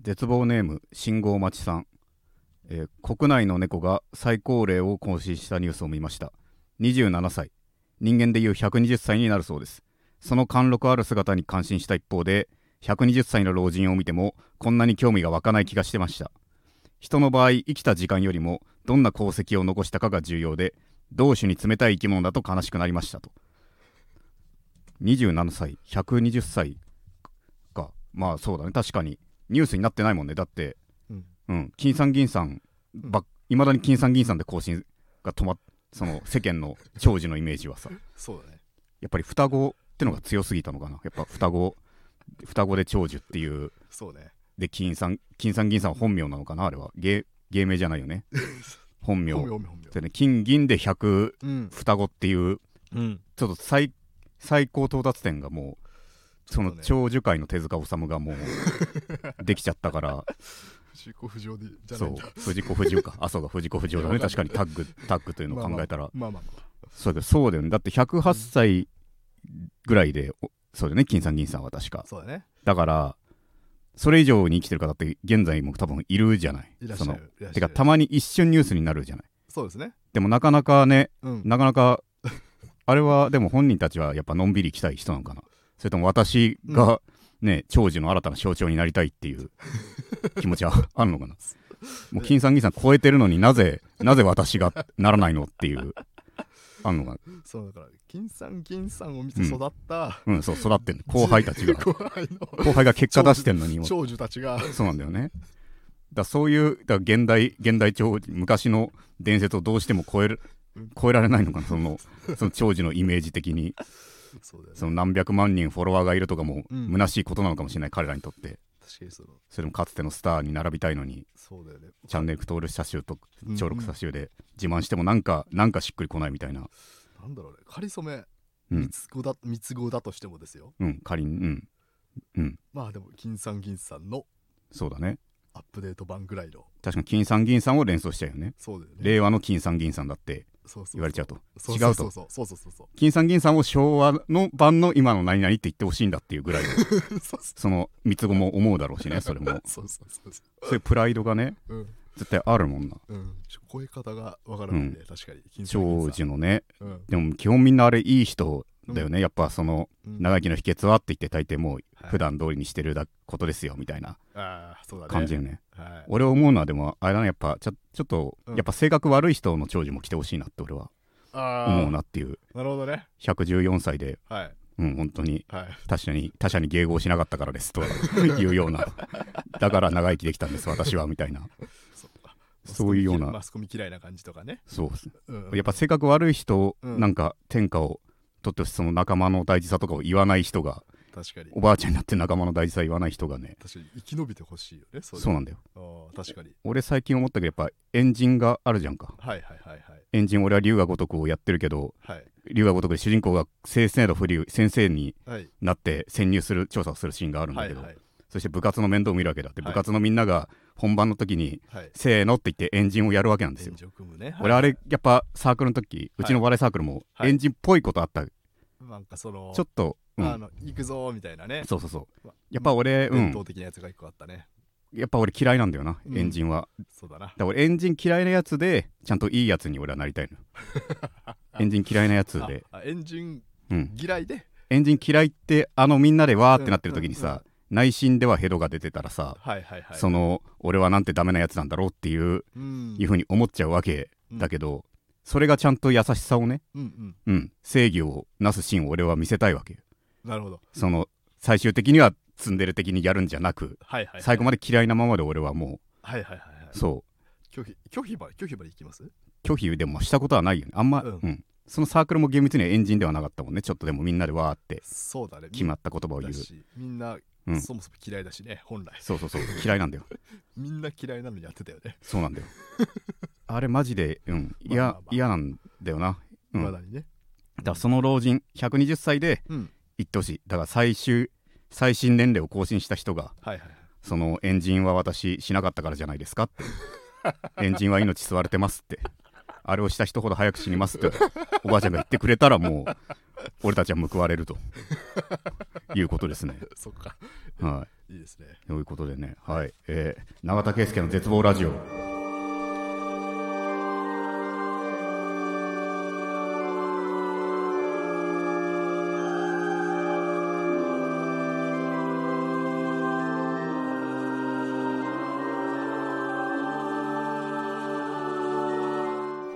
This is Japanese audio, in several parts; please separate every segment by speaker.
Speaker 1: 絶望ネーム信号待ちさん、えー国内の猫が最高齢を更新したニュースを見ました27歳人間でいう120歳になるそうですその貫禄ある姿に感心した一方で120歳の老人を見てもこんなに興味が湧かない気がしてました人の場合生きた時間よりもどんな功績を残したかが重要で同種に冷たい生き物だと悲しくなりましたと27歳120歳かまあそうだね確かにニュースになってないもんねだって
Speaker 2: うん
Speaker 1: うん金さん銀さんばいまだに金さん銀さんで更新が止まっその世間の長寿のイメージはさ
Speaker 2: そうだね
Speaker 1: やっぱり双子ってのが強すぎたのかなやっぱ双子双子で長寿っていう
Speaker 2: そうね
Speaker 1: で金さん金さん銀さんは本名なのかなあれは芸芸名じゃないよね本名
Speaker 2: 本名本名本名
Speaker 1: でね金銀で100
Speaker 2: うん
Speaker 1: 双子っていう
Speaker 2: うん
Speaker 1: ちょっと最最高到達点がもうその
Speaker 2: ちょっ
Speaker 1: 長寿界の手塚治虫がもうできちゃったから
Speaker 2: とね自己不浄でじゃな
Speaker 1: そ
Speaker 2: いん
Speaker 1: う
Speaker 2: だ
Speaker 1: 藤子不二雄かあそうか藤子不二雄だ
Speaker 2: い
Speaker 1: ね
Speaker 2: やわ
Speaker 1: 確
Speaker 2: か
Speaker 1: か
Speaker 2: ん
Speaker 1: にタッグタッグというのを考えたら、
Speaker 2: まあまあまあ
Speaker 1: そうだけどそうだよねだって108歳ぐらいでおそうだよね金さん銀さんは確か
Speaker 2: そうだね
Speaker 1: だからそれ以上に生きてる方って現在も多分いるじゃない
Speaker 2: いらっし
Speaker 1: そ
Speaker 2: ゃ
Speaker 1: の
Speaker 2: るいらっしてゃ
Speaker 1: か
Speaker 2: る
Speaker 1: たまに一瞬ニュースになるじゃない
Speaker 2: そうですね
Speaker 1: でもなかなかね
Speaker 2: うん
Speaker 1: なかなか あれはでも本人たちはやっぱのんびり生きたい人なのかなそれとも私がね、長寿の新たな象徴になりたいっていう 気持ちはあるのかなもう金さん銀さん超えてるのになぜなぜ私がならないのっていうあんのかな
Speaker 2: そうだから金さん銀さんを見て育った
Speaker 1: うんそう育ってんの後輩たち が
Speaker 2: 後輩の
Speaker 1: 後輩が結果出してんのにもう
Speaker 2: 長寿たち が
Speaker 1: そうなんだよね。だそういうだ現代現代長昔の伝説をどうしても超える超えられないのかなそのその長寿のイメージ的に
Speaker 2: そうだよね
Speaker 1: その何百万人フォロワーがいるとかも
Speaker 2: うん
Speaker 1: 虚しいことなのかもしれない彼らにとって
Speaker 2: 確かにその
Speaker 1: それもかつてのスターに並びたいのに
Speaker 2: そうだよね
Speaker 1: チャンネル登録者数と
Speaker 2: うんうん
Speaker 1: 聴録者数で自慢してもなんかなんかしっくりこないみたいな
Speaker 2: なんだろうね仮初め
Speaker 1: うん
Speaker 2: 三つ子だ三つ子だとしてもですよ
Speaker 1: うん仮にうん
Speaker 2: まあでも金さん銀さんの
Speaker 1: そうだね
Speaker 2: アップデート版ぐらいの
Speaker 1: 確かに金さん銀さんを連想しちゃうよね
Speaker 2: そうだよね
Speaker 1: 令和の金さん銀さんだって
Speaker 2: そうそう
Speaker 1: 言われちゃうと
Speaker 2: そう
Speaker 1: 違
Speaker 2: そうう
Speaker 1: と
Speaker 2: そうそうそうそうそうそう
Speaker 1: 金さん銀さんを昭和の版の今の何々って言ってほしいんだっていうぐらい
Speaker 2: そうそ
Speaker 1: その三つ子も思うだろうしねそれも
Speaker 2: うそうそうそ
Speaker 1: そういうプライドがね
Speaker 2: ううん
Speaker 1: 絶対あるもんな
Speaker 2: うんちょ声方がわからないね確かに金さん銀
Speaker 1: 長
Speaker 2: さ
Speaker 1: 寿のね
Speaker 2: んうん
Speaker 1: でも基本みんなあれいい人だよね、やっぱその
Speaker 2: うん
Speaker 1: 長生きの秘訣はって言って大抵もう
Speaker 2: はい
Speaker 1: 普段通りにしてるだことですよみたいな
Speaker 2: ああそうだね
Speaker 1: 感じよね、
Speaker 2: はい
Speaker 1: 俺思うのはでもあれだねやっぱちょちょっと
Speaker 2: うん
Speaker 1: やっぱ性格悪い人の長寿も来てほしいなって俺は
Speaker 2: ああ
Speaker 1: 思うなっていう
Speaker 2: なるほどね
Speaker 1: 114歳で
Speaker 2: はい
Speaker 1: うん本当に
Speaker 2: はい
Speaker 1: 他者に他者に迎合しなかったからですというよう なだから長生きできたんです私はみたいな
Speaker 2: そうか
Speaker 1: そういうような
Speaker 2: マスコミ嫌いな感じとかね
Speaker 1: そうです
Speaker 2: うん
Speaker 1: やっぱ性格悪い人、
Speaker 2: うん
Speaker 1: なんか天下を取ってその仲間の大事さとかを言わない人が
Speaker 2: 確かに
Speaker 1: おばあちゃんになって仲間の大事さ言わない人がね
Speaker 2: 確かに生き延びてほしいよねそ
Speaker 1: そう
Speaker 2: う
Speaker 1: なんだよ
Speaker 2: 確かに
Speaker 1: 俺最近思ったけどやっぱエンジンがあるじゃんか
Speaker 2: はいはいはいはい
Speaker 1: エンジン俺は龍が如くをやってるけど
Speaker 2: はい
Speaker 1: 龍が如くで主人公が先生の不流先生に
Speaker 2: はい
Speaker 1: なって潜入する調査をするシーンがあるんだ
Speaker 2: は
Speaker 1: け
Speaker 2: い
Speaker 1: ど、
Speaker 2: はい
Speaker 1: そして部活の面倒を見るわけだって
Speaker 2: はい
Speaker 1: 部活のみんなが本番の時に、
Speaker 2: はい
Speaker 1: せーのって言ってエンジンをやるわけなんですよ
Speaker 2: 炎。上組むね
Speaker 1: 俺あれやっぱサークルの時うちの笑いサークルも
Speaker 2: はい
Speaker 1: エンジンっぽいことあった、
Speaker 2: なんかその
Speaker 1: ちょっと、うん
Speaker 2: あの行くぞーみたいなね
Speaker 1: そうそうそう
Speaker 2: ま
Speaker 1: やっぱ俺、う
Speaker 2: 伝
Speaker 1: ん
Speaker 2: 統、的なやつが一個あったね
Speaker 1: やっぱ俺嫌いなんだよな、
Speaker 2: うん
Speaker 1: エンジンは
Speaker 2: そうだな
Speaker 1: だから俺エンジン嫌いなやつでちゃんといいやつに俺はなりたいの エンジン嫌いなやつで、
Speaker 2: ああエンジン
Speaker 1: うん、
Speaker 2: 嫌いで
Speaker 1: エンジン嫌いってあのみんなでわーってなってる時にさ、
Speaker 2: うんうん
Speaker 1: 内心ではヘドが出てたらさ、
Speaker 2: はいはいはい
Speaker 1: その俺はなんてダメなやつなんだろうっていう,、
Speaker 2: うん
Speaker 1: いうふうに思っちゃうわけだけど、それがちゃんと優しさをね
Speaker 2: うんう
Speaker 1: う
Speaker 2: ん
Speaker 1: ん、正義をなすシーンを俺は見せたいわけよ
Speaker 2: なるほど
Speaker 1: その最終的にはツンデレ的にやるんじゃなく
Speaker 2: はいはい
Speaker 1: 最後ま
Speaker 2: で
Speaker 1: で嫌いなままで俺はも
Speaker 2: はいはいはいは
Speaker 1: う
Speaker 2: い
Speaker 1: そ
Speaker 2: 拒否拒否まで拒否まで行きます
Speaker 1: う拒否でもしたことはないよねあんま、う
Speaker 2: うんん
Speaker 1: そのサークルも厳密にはエンジンではなかったもんねちょっとでもみんなでわーって
Speaker 2: そうだね
Speaker 1: 決まった言葉を
Speaker 2: みん
Speaker 1: 言
Speaker 2: な
Speaker 1: う
Speaker 2: だしみんな
Speaker 1: うん
Speaker 2: そもそも嫌いだしね本来
Speaker 1: そうそうそう嫌いなんだよ
Speaker 2: みんな嫌いなのにやってたよね
Speaker 1: そう なんだよあれマジでうんい
Speaker 2: まあま
Speaker 1: や
Speaker 2: あまあ
Speaker 1: 嫌なんだよな、うん、
Speaker 2: ま
Speaker 1: だ
Speaker 2: だにね
Speaker 1: からその老人120歳で
Speaker 2: うん
Speaker 1: 言ってほしいだから最終最新年齢を更新した人が
Speaker 2: はいはいはい
Speaker 1: そのエンジンは私しなかったからじゃないですかってエンジンは命吸われてますってあれをした人ほど早く死にますっておばあちゃんが言ってくれたらもう俺たちは報われるということですね。
Speaker 2: そっか。
Speaker 1: はい
Speaker 2: いですね。
Speaker 1: い、ということでね、はいえー永田圭介の絶望ラジオ。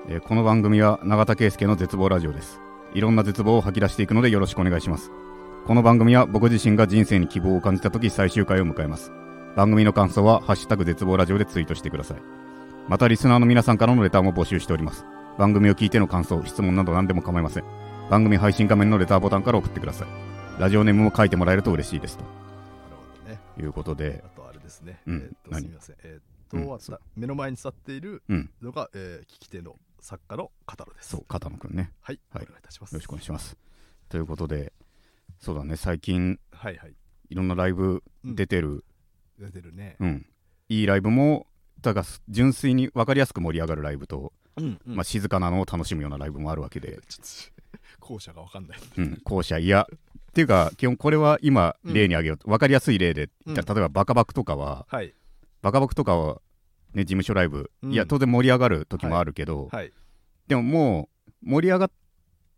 Speaker 1: えーこの番組は永田圭介の絶望ラジオですいろんな絶望を吐き出していくのでよろしくお願いしますこの番組は僕自身が人生に希望を感じた時最終回を迎えます番組の感想は「ハッシュタグ絶望ラジオ」でツイートしてくださいまたリスナーの皆さんからのレターも募集しております番組を聞いての感想質問など何でも構いません番組配信画面のレターボタンから送ってくださいラジオネームも書いてもらえると嬉しいです
Speaker 2: なるほどね。
Speaker 1: ということで
Speaker 2: あとあれですね。
Speaker 1: うん
Speaker 2: えーっと
Speaker 1: 何
Speaker 2: すみません。えーっと、
Speaker 1: うん
Speaker 2: あった目の前に座っている
Speaker 1: うん
Speaker 2: のが、えー、聞き手の作家の方です。
Speaker 1: そう片野くんね
Speaker 2: はい、
Speaker 1: はい
Speaker 2: お願いいたします。
Speaker 1: よろしくお願いしますということでそうだね最近
Speaker 2: はいはい。
Speaker 1: いろんなライブ出てる、
Speaker 2: 出てるね。
Speaker 1: うん、いいライブもだが純粋に分かりやすく盛り上がるライブと、
Speaker 2: うん、
Speaker 1: まあ、静かなのを楽しむようなライブもあるわけで、
Speaker 2: ちょっと後者がわかんない。
Speaker 1: うん、後者いやっていうか基本これは今
Speaker 2: うん
Speaker 1: 例に挙げようと分かりやすい例で言ったら
Speaker 2: う
Speaker 1: 例えばバカバクとかは
Speaker 2: はい
Speaker 1: バカバクとかは、ね、事務所ライブ、
Speaker 2: うん
Speaker 1: いや当然盛り上がる時もあるけど、
Speaker 2: はい。
Speaker 1: でももう盛り上がっ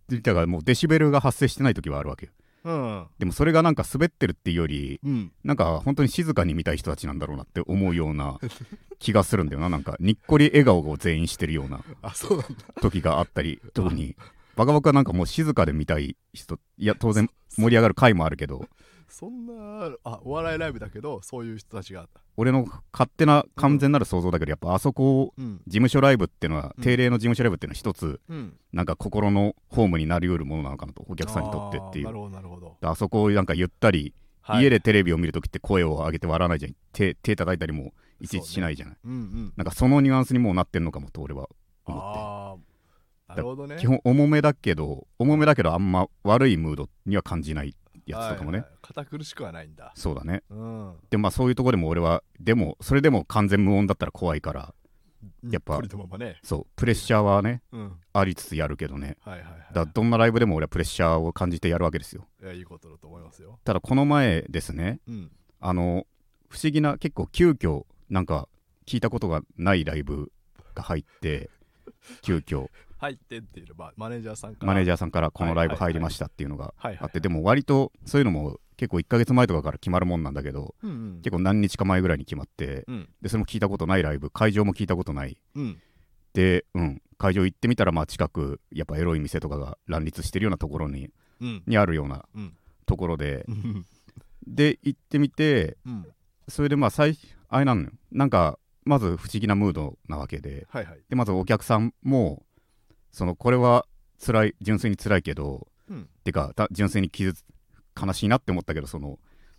Speaker 1: てたからもうデシベルが発生してない時はあるわけよ
Speaker 2: うん。
Speaker 1: でもそれがなんか滑ってるっていうより
Speaker 2: うん、
Speaker 1: なんか本当に静かに見たい人たちなんだろうなって思うような気がするんだよななんかにっこり笑顔を全員してるような
Speaker 2: あそうなんだ
Speaker 1: 時があった り特にバカバカなんかもう静かで見たい人いや当然盛り上がる回もあるけど
Speaker 2: そんなあお笑いライブだけどそういう人たちが、
Speaker 1: 俺の勝手な完全なる想像だけどやっぱあそこを
Speaker 2: うん
Speaker 1: 事務所ライブってのは
Speaker 2: うん
Speaker 1: 定例の事務所ライブっていうのは一つ
Speaker 2: うん、
Speaker 1: なんか心のホームになりうるものなのかなとお客さんにとってっていう
Speaker 2: あーな
Speaker 1: あ
Speaker 2: るほどなるほど、
Speaker 1: そこをなんかゆったり、
Speaker 2: はい
Speaker 1: 家でテレビを見るときって声を上げて笑わないじゃん手手叩いたりもいちいちしないじゃない、
Speaker 2: うんうん
Speaker 1: なんかそのニュアンスにもうなってんのかもと俺は思っ
Speaker 2: ああなるほどね
Speaker 1: て基本重めだけど重めだけどあんま悪いムードには感じないやつとかもね、
Speaker 2: はいはい堅苦しくはないんだ
Speaker 1: そうだね
Speaker 2: うん
Speaker 1: でまあそういうところでも俺はでもそれでも完全無音だったら怖いからやっぱ
Speaker 2: にりとままね
Speaker 1: そうプレッシャーはね
Speaker 2: うん
Speaker 1: ありつつやるけどね
Speaker 2: はいはいはい
Speaker 1: だどんなライブでも俺はプレッシャーを感じてやるわけですよ
Speaker 2: いやいいことだと思いますよ
Speaker 1: ただこの前ですね
Speaker 2: うん
Speaker 1: あの不思議な結構急遽なんか聞いたことがないライブが入って急 遽
Speaker 2: 入ってっていうのはマネージャーさんから
Speaker 1: マネージ
Speaker 2: ャー
Speaker 1: ャーさんからこのライブ入りましたっていうのが
Speaker 2: はいはい
Speaker 1: あってでも割とそういうのも結構1ヶ月前とかから決まるもんなんだけど
Speaker 2: うんうん
Speaker 1: 結構何日か前ぐらいに決まって
Speaker 2: うん
Speaker 1: でそれも聞いたことないライブ会場も聞いたことない
Speaker 2: うん
Speaker 1: で、うん、会場行ってみたらまあ近くやっぱエロい店とかが乱立してるようなところに
Speaker 2: うん
Speaker 1: にあるような
Speaker 2: うん
Speaker 1: ところで
Speaker 2: うん
Speaker 1: で行ってみて
Speaker 2: うん
Speaker 1: それでまあ最あれなのよなんかまず不思議なムードなわけで
Speaker 2: はいはい
Speaker 1: でまずお客さんもそのこれは辛い純粋に辛いけど
Speaker 2: うん
Speaker 1: てかた純粋に傷つ悲しいなって思ったけどその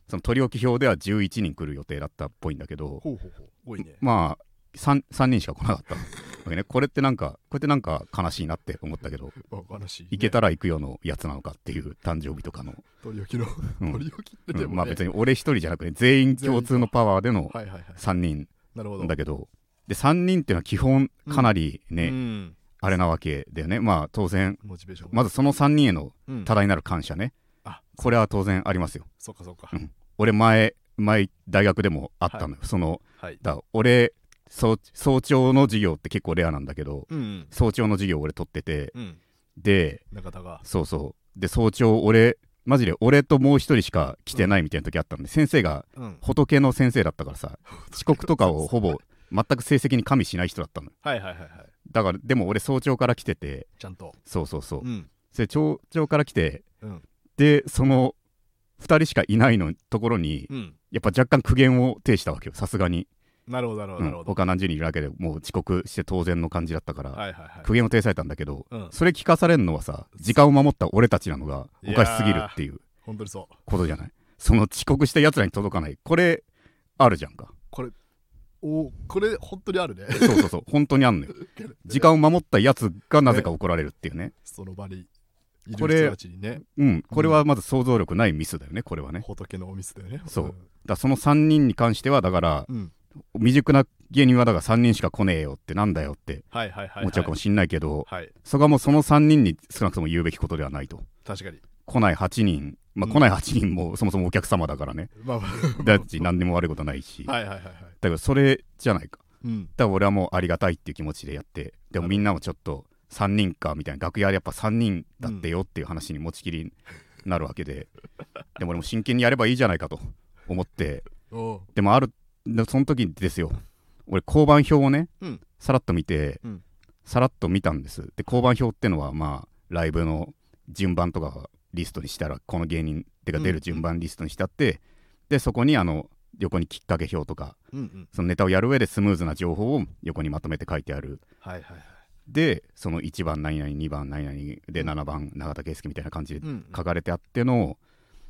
Speaker 1: その取り置き表では11人来る予定だったっぽいんだけど
Speaker 2: ほうほうほう多いね
Speaker 1: まあ 3, 三人しか来なかったわけねこれってなんかこれってなんか悲しいなって思ったけど
Speaker 2: あ悲しいね
Speaker 1: 行けたら行くよのやつなのかっていう誕生日とかの、
Speaker 2: 取り置きの
Speaker 1: うん
Speaker 2: 取り置きって
Speaker 1: う
Speaker 2: で
Speaker 1: んま
Speaker 2: も
Speaker 1: あ
Speaker 2: ね
Speaker 1: 別に俺一人じゃなくて全員共通のパワーでの
Speaker 2: はいはいはい
Speaker 1: 3人
Speaker 2: なるほど
Speaker 1: だけどで3人っていうのは基本かなりね、
Speaker 2: うん
Speaker 1: あれなわけだよねまあ当然
Speaker 2: モチベーション
Speaker 1: まずその3人への
Speaker 2: うん
Speaker 1: 多大なる感謝ね、
Speaker 2: あ
Speaker 1: これは当然ありますよ
Speaker 2: そっかそっか
Speaker 1: うん俺前前大学でもあったのよ、その
Speaker 2: はい
Speaker 1: だ俺早早朝の授業って結構レアなんだけど
Speaker 2: うん
Speaker 1: 早朝の授業俺取ってて
Speaker 2: うん
Speaker 1: で
Speaker 2: 中田が
Speaker 1: そうそうで早朝俺マジで俺ともう一人しか来てないみたいな時あったんで、先生が
Speaker 2: うん
Speaker 1: 仏の先生だったからさ遅刻とかをほぼ全く成績に加味しない人だったのよ
Speaker 2: はいはいはいはい
Speaker 1: だからでも俺早朝から来てて
Speaker 2: ちゃんと
Speaker 1: そうそうそう、
Speaker 2: うん
Speaker 1: それ早朝から来て
Speaker 2: うん
Speaker 1: でその2人しかいないのところに
Speaker 2: うん
Speaker 1: やっぱ若干苦言を呈したわけよさすがに
Speaker 2: なるほどなるほどなる
Speaker 1: うん
Speaker 2: ほど
Speaker 1: 他何十人いるだけでもう遅刻して当然の感じだったから、
Speaker 2: はいはいはい
Speaker 1: 苦言を呈されたんだけど、
Speaker 2: うん
Speaker 1: それ聞かされるのはさ時間を守った俺たちなのがおかしすぎるっていう
Speaker 2: 本当にそう
Speaker 1: ことじゃないその遅刻したやつらに届かないこれあるじゃんか
Speaker 2: おこれ本当 にあるね
Speaker 1: そう そうそう本当にあんのよ時間を守ったやつがなぜか怒られるっていうね
Speaker 2: その場にい
Speaker 1: こ
Speaker 2: る
Speaker 1: れ
Speaker 2: 人たちにね
Speaker 1: うんこれはまず想像力ないミスだよねこれはねだか
Speaker 2: 仏のお店だよね
Speaker 1: そうらその3人に関してはだから
Speaker 2: うん
Speaker 1: 未熟な芸人はだから3人しか来ねえよってなんだよって
Speaker 2: はいはいはい、
Speaker 1: 思っちゃうかも
Speaker 2: し
Speaker 1: しんないけど、
Speaker 2: れない。はい、
Speaker 1: そこはもうその3人に少なくとも言うべきことではないと
Speaker 2: 確かに。
Speaker 1: 来ない8人まあ
Speaker 2: うん
Speaker 1: 来ない8人もそもそもお客様だからね、
Speaker 2: まあま
Speaker 1: だっち何にも悪いことないし、
Speaker 2: あ、はいはいはいはい。
Speaker 1: だからそれじゃないか
Speaker 2: うん、
Speaker 1: だから俺はもうありがたいっていう気持ちでやってでもみんなもちょっと3人かみたいな楽屋でやっぱ3人だってよっていう話に持ちきりになるわけ で、でも俺も真剣にやればいいじゃないかと思って
Speaker 2: お
Speaker 1: でもあるでその時ですよ俺交番表をね、
Speaker 2: うん
Speaker 1: さらっと見て、
Speaker 2: うん
Speaker 1: さらっと見たんですで交番表ってのはまあライブの順番とかリストにしたらこの芸人ってか出る順番リストにしたって、でそこにあの横にきっかけ表とか
Speaker 2: うんうん。
Speaker 1: そのネタをやる上でスムーズな情報を横にまとめて書いてある
Speaker 2: はいはいはい。
Speaker 1: でその1番何々2番何々で
Speaker 2: うん
Speaker 1: 7番永田圭介みたいな感じで
Speaker 2: うんうん
Speaker 1: 書かれてあっての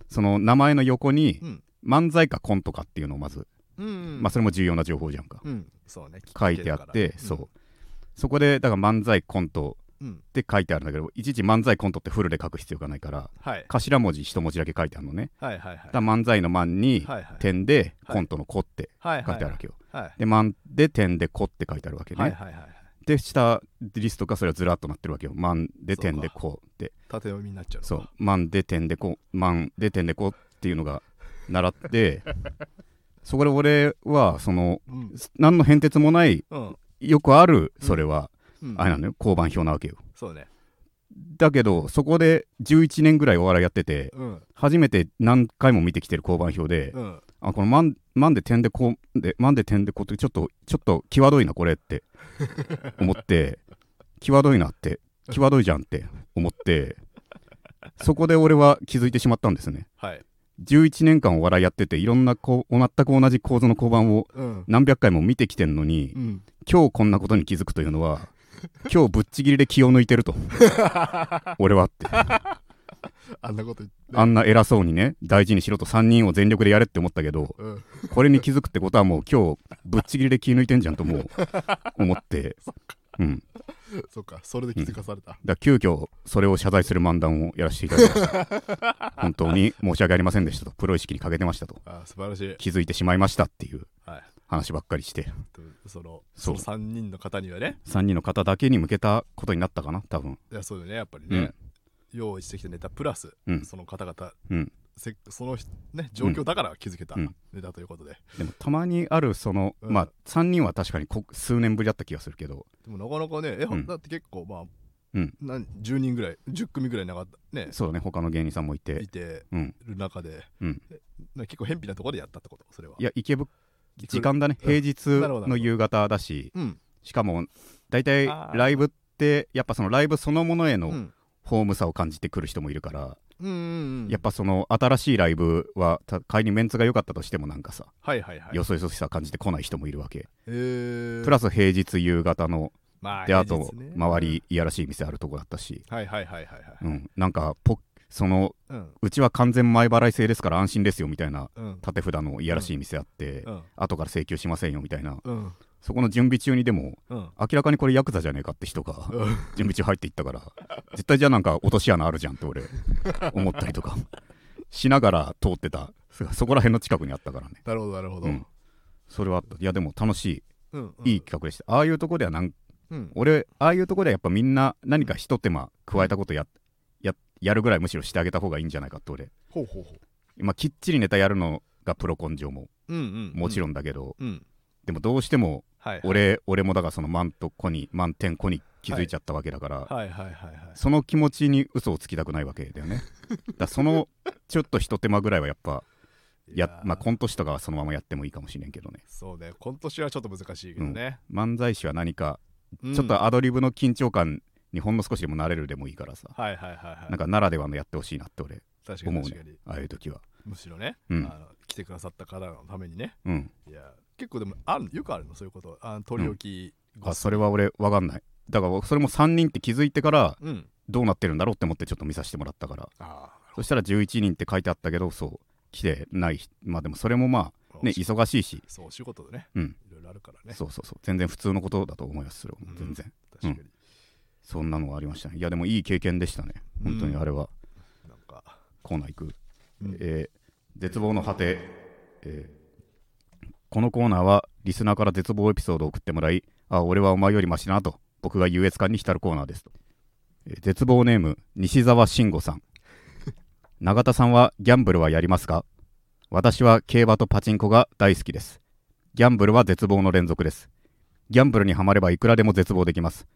Speaker 1: その名前の横に
Speaker 2: うん
Speaker 1: 漫才かコントかっていうのをまず、
Speaker 2: うんうん、
Speaker 1: まあそれも重要な情報じゃんか、
Speaker 2: うん、そうね。
Speaker 1: 書いてあって、
Speaker 2: 聞けるから
Speaker 1: そう、そこでだから漫才コント
Speaker 2: うん。うん
Speaker 1: って書いてあるんだけどいちいち漫才コントってフルで書く必要がないから
Speaker 2: はい
Speaker 1: 頭文字一文字だけ書いてあるのね
Speaker 2: はいはいはい。
Speaker 1: だから漫才の「漫」に
Speaker 2: はいはい。
Speaker 1: 点で
Speaker 2: はい
Speaker 1: コントの「こ」って
Speaker 2: はい
Speaker 1: 書
Speaker 2: はい
Speaker 1: てある
Speaker 2: い
Speaker 1: わけよ、
Speaker 2: はい。
Speaker 1: で「漫」で点で「こ」って書いてあるわけね、
Speaker 2: はいはいはいはい。
Speaker 1: で下リストがそれはずらっとなってるわけよ「漫」で点で「こ」って
Speaker 2: 縦読みになっちゃうのか。
Speaker 1: そう「漫」で点で「こ」「漫」で点で「こ」っていうのが習って そこで俺はその
Speaker 2: うん。
Speaker 1: 何の変哲もない
Speaker 2: うん。
Speaker 1: よくあるそれは、
Speaker 2: うん。
Speaker 1: あれなのよ交番表なわけよ
Speaker 2: そうね。
Speaker 1: だけどそこで11年ぐらいお笑いやってて
Speaker 2: うん。
Speaker 1: 初めて何回も見てきてる交番表で、
Speaker 2: うん。
Speaker 1: あこのマン「マンで点でこうで「マンで点でこう」ってちょっとちょっと際どいなこれって思って 際どいなって際どいじゃんって思ってそこで俺は気づいてしまったんですね
Speaker 2: はい。
Speaker 1: 11年間お笑いやってていろんなこう全く同じ構造の交番を
Speaker 2: うん。
Speaker 1: 何百回も見てきてんのに、
Speaker 2: うん。
Speaker 1: 今日こんなことに気づくというのは今日ぶっちぎりで気を抜いてると俺はって
Speaker 2: あんなこと言って。
Speaker 1: あんな偉そうにね大事にしろと3人を全力でやれって思ったけど
Speaker 2: うん。
Speaker 1: これに気づくってことはもう今日ぶっちぎりで気抜いてんじゃんともう思ってうん
Speaker 2: そっか、それで気づかされた。
Speaker 1: だから急遽それを謝罪する漫談をやらせていただきました本当に申し訳ありませんでしたとプロ意識に欠けてましたと
Speaker 2: あー素晴らしい。
Speaker 1: 気づいてしまいましたっていう
Speaker 2: はい。
Speaker 1: 話ばっかりして
Speaker 2: その、
Speaker 1: そ
Speaker 2: そうの3人の方にはね、
Speaker 1: 3人の方だけに向けたことになったかな多分
Speaker 2: いや、そうだよね、やっぱり
Speaker 1: う
Speaker 2: ね
Speaker 1: ん、
Speaker 2: 用意してきたネタプラス
Speaker 1: う、ん
Speaker 2: その方々、
Speaker 1: うん
Speaker 2: せその人ね、状況だから気づけた
Speaker 1: うん
Speaker 2: ネタということで。
Speaker 1: でもたまにあるその、
Speaker 2: うん
Speaker 1: まあ3人は確かにこ数年ぶりだった気がするけど
Speaker 2: でもなかなかね、え、
Speaker 1: うん
Speaker 2: だって結構、まあ、
Speaker 1: うん
Speaker 2: なん10人ぐらい、10組ぐらいなかったね、
Speaker 1: そうだね他の芸人さんもいて
Speaker 2: いて
Speaker 1: うん
Speaker 2: る中で、
Speaker 1: うん
Speaker 2: な結構、偏僻なところでやったってこと、それは。
Speaker 1: いや池袋
Speaker 2: いく
Speaker 1: 時間だね
Speaker 2: うん
Speaker 1: 平日
Speaker 2: なるほどなるほ
Speaker 1: の
Speaker 2: ど
Speaker 1: 夕方だし
Speaker 2: うん、
Speaker 1: しかも大体
Speaker 2: あー
Speaker 1: ライブってやっぱそのライブそのものへ
Speaker 2: う
Speaker 1: の
Speaker 2: ん、
Speaker 1: ホームさを感じてくる人もいるから、
Speaker 2: うん、うん、
Speaker 1: やっぱその新しいライブはた仮にメンツが良かったとしてもなんかさ、
Speaker 2: はいはいはい。
Speaker 1: よそよそしさ感じてこない人もいるわけ、
Speaker 2: えー、
Speaker 1: プラス平日夕方の
Speaker 2: まあ、
Speaker 1: であ
Speaker 2: 平
Speaker 1: と
Speaker 2: 日ね
Speaker 1: 周。りいやらしい店あるとこだったし、
Speaker 2: はいはいはいはいはい。
Speaker 1: うん、なんかポその
Speaker 2: うん、
Speaker 1: うちは完全前払い制ですから安心ですよみたいな
Speaker 2: うん、
Speaker 1: 縦札のいやらしい店あって、
Speaker 2: うん、
Speaker 1: 後から請求しませんよみたいな
Speaker 2: うん、
Speaker 1: そこの準備中にでも
Speaker 2: うん。
Speaker 1: 明らかにこれヤクザじゃねえかって人が
Speaker 2: うん
Speaker 1: 準備中入っていったから絶対じゃあなんか落とし穴あるじゃんって 俺思ったりとかしながら通ってたそそこら辺の近くにあったからね
Speaker 2: なるほど、なるほど。
Speaker 1: う
Speaker 2: うんん、
Speaker 1: それはあったいやでも楽し
Speaker 2: うん、
Speaker 1: いいい企画でした、ああいうとこではなん
Speaker 2: うん。
Speaker 1: 俺ああいうとこではやっぱみんな何か一手間加えたことやややるぐらいむしろしてあげた方がいいんじゃないかって俺
Speaker 2: ほうほうほ
Speaker 1: 今きっちりネタやるのがプロ根性も
Speaker 2: う。うん、うん。
Speaker 1: もちろ
Speaker 2: ん。
Speaker 1: んだけど、
Speaker 2: うん。
Speaker 1: でもどうしても
Speaker 2: はい。
Speaker 1: 俺俺もだからその満と子に満点子に気づいちゃったわけだから、
Speaker 2: はいはいはいはい。
Speaker 1: その気持ちに嘘をつきたくないわけだよ ねだからそのちょっとひと手間ぐらいはやっぱや
Speaker 2: いー
Speaker 1: まあ、コント師とかはそのままやってもいいかもしれんけどね
Speaker 2: そうね、今年はちょっと難しいけどね。
Speaker 1: 漫才師は何か
Speaker 2: うん
Speaker 1: ちょっ
Speaker 2: は
Speaker 1: とアドリブの緊張感にほんの少しでも慣れるでもいいからさ、
Speaker 2: いはいはいはい。
Speaker 1: なんかならではのやってほしいなって俺
Speaker 2: 確か
Speaker 1: 思
Speaker 2: に
Speaker 1: うね
Speaker 2: 確かに。
Speaker 1: ああいう時は
Speaker 2: むしろね、
Speaker 1: うん
Speaker 2: あの、来てくださった方のためにね。
Speaker 1: うん
Speaker 2: いや、結構でも、あるよくあるの、そういうこと。あの取り置き。
Speaker 1: あそれは俺わかんないだからそれも3人って気づいてから
Speaker 2: うん。
Speaker 1: どうなってるんだろうって思ってちょっと見させてもらったから
Speaker 2: ああ、
Speaker 1: そしたら11人って書いてあったけどそう来てない人まあでもそれもまあね
Speaker 2: お仕
Speaker 1: 忙しいし
Speaker 2: そう、お仕事でね。
Speaker 1: うん
Speaker 2: いろいろあるからね。
Speaker 1: そうそうそう全然普通のことだと思いますそれは
Speaker 2: うん
Speaker 1: 全然、
Speaker 2: 確かに。
Speaker 1: そんなのがありましたねいやでもいい経験でしたね本当にあれは
Speaker 2: なんか。
Speaker 1: コーナー行く、
Speaker 2: うん
Speaker 1: えー絶望の果て、えーこのコーナーはリスナーから絶望エピソードを送ってもらい、あ、俺はお前よりマシだなと、僕が優越感に浸るコーナーですと。えー絶望ネーム、西澤慎吾さん。 永田さんはギャンブルはやりますか私は競馬とパチンコが大好きです。ギャンブルは絶望の連続です。ギャンブルにはまればいくらでも絶望できます。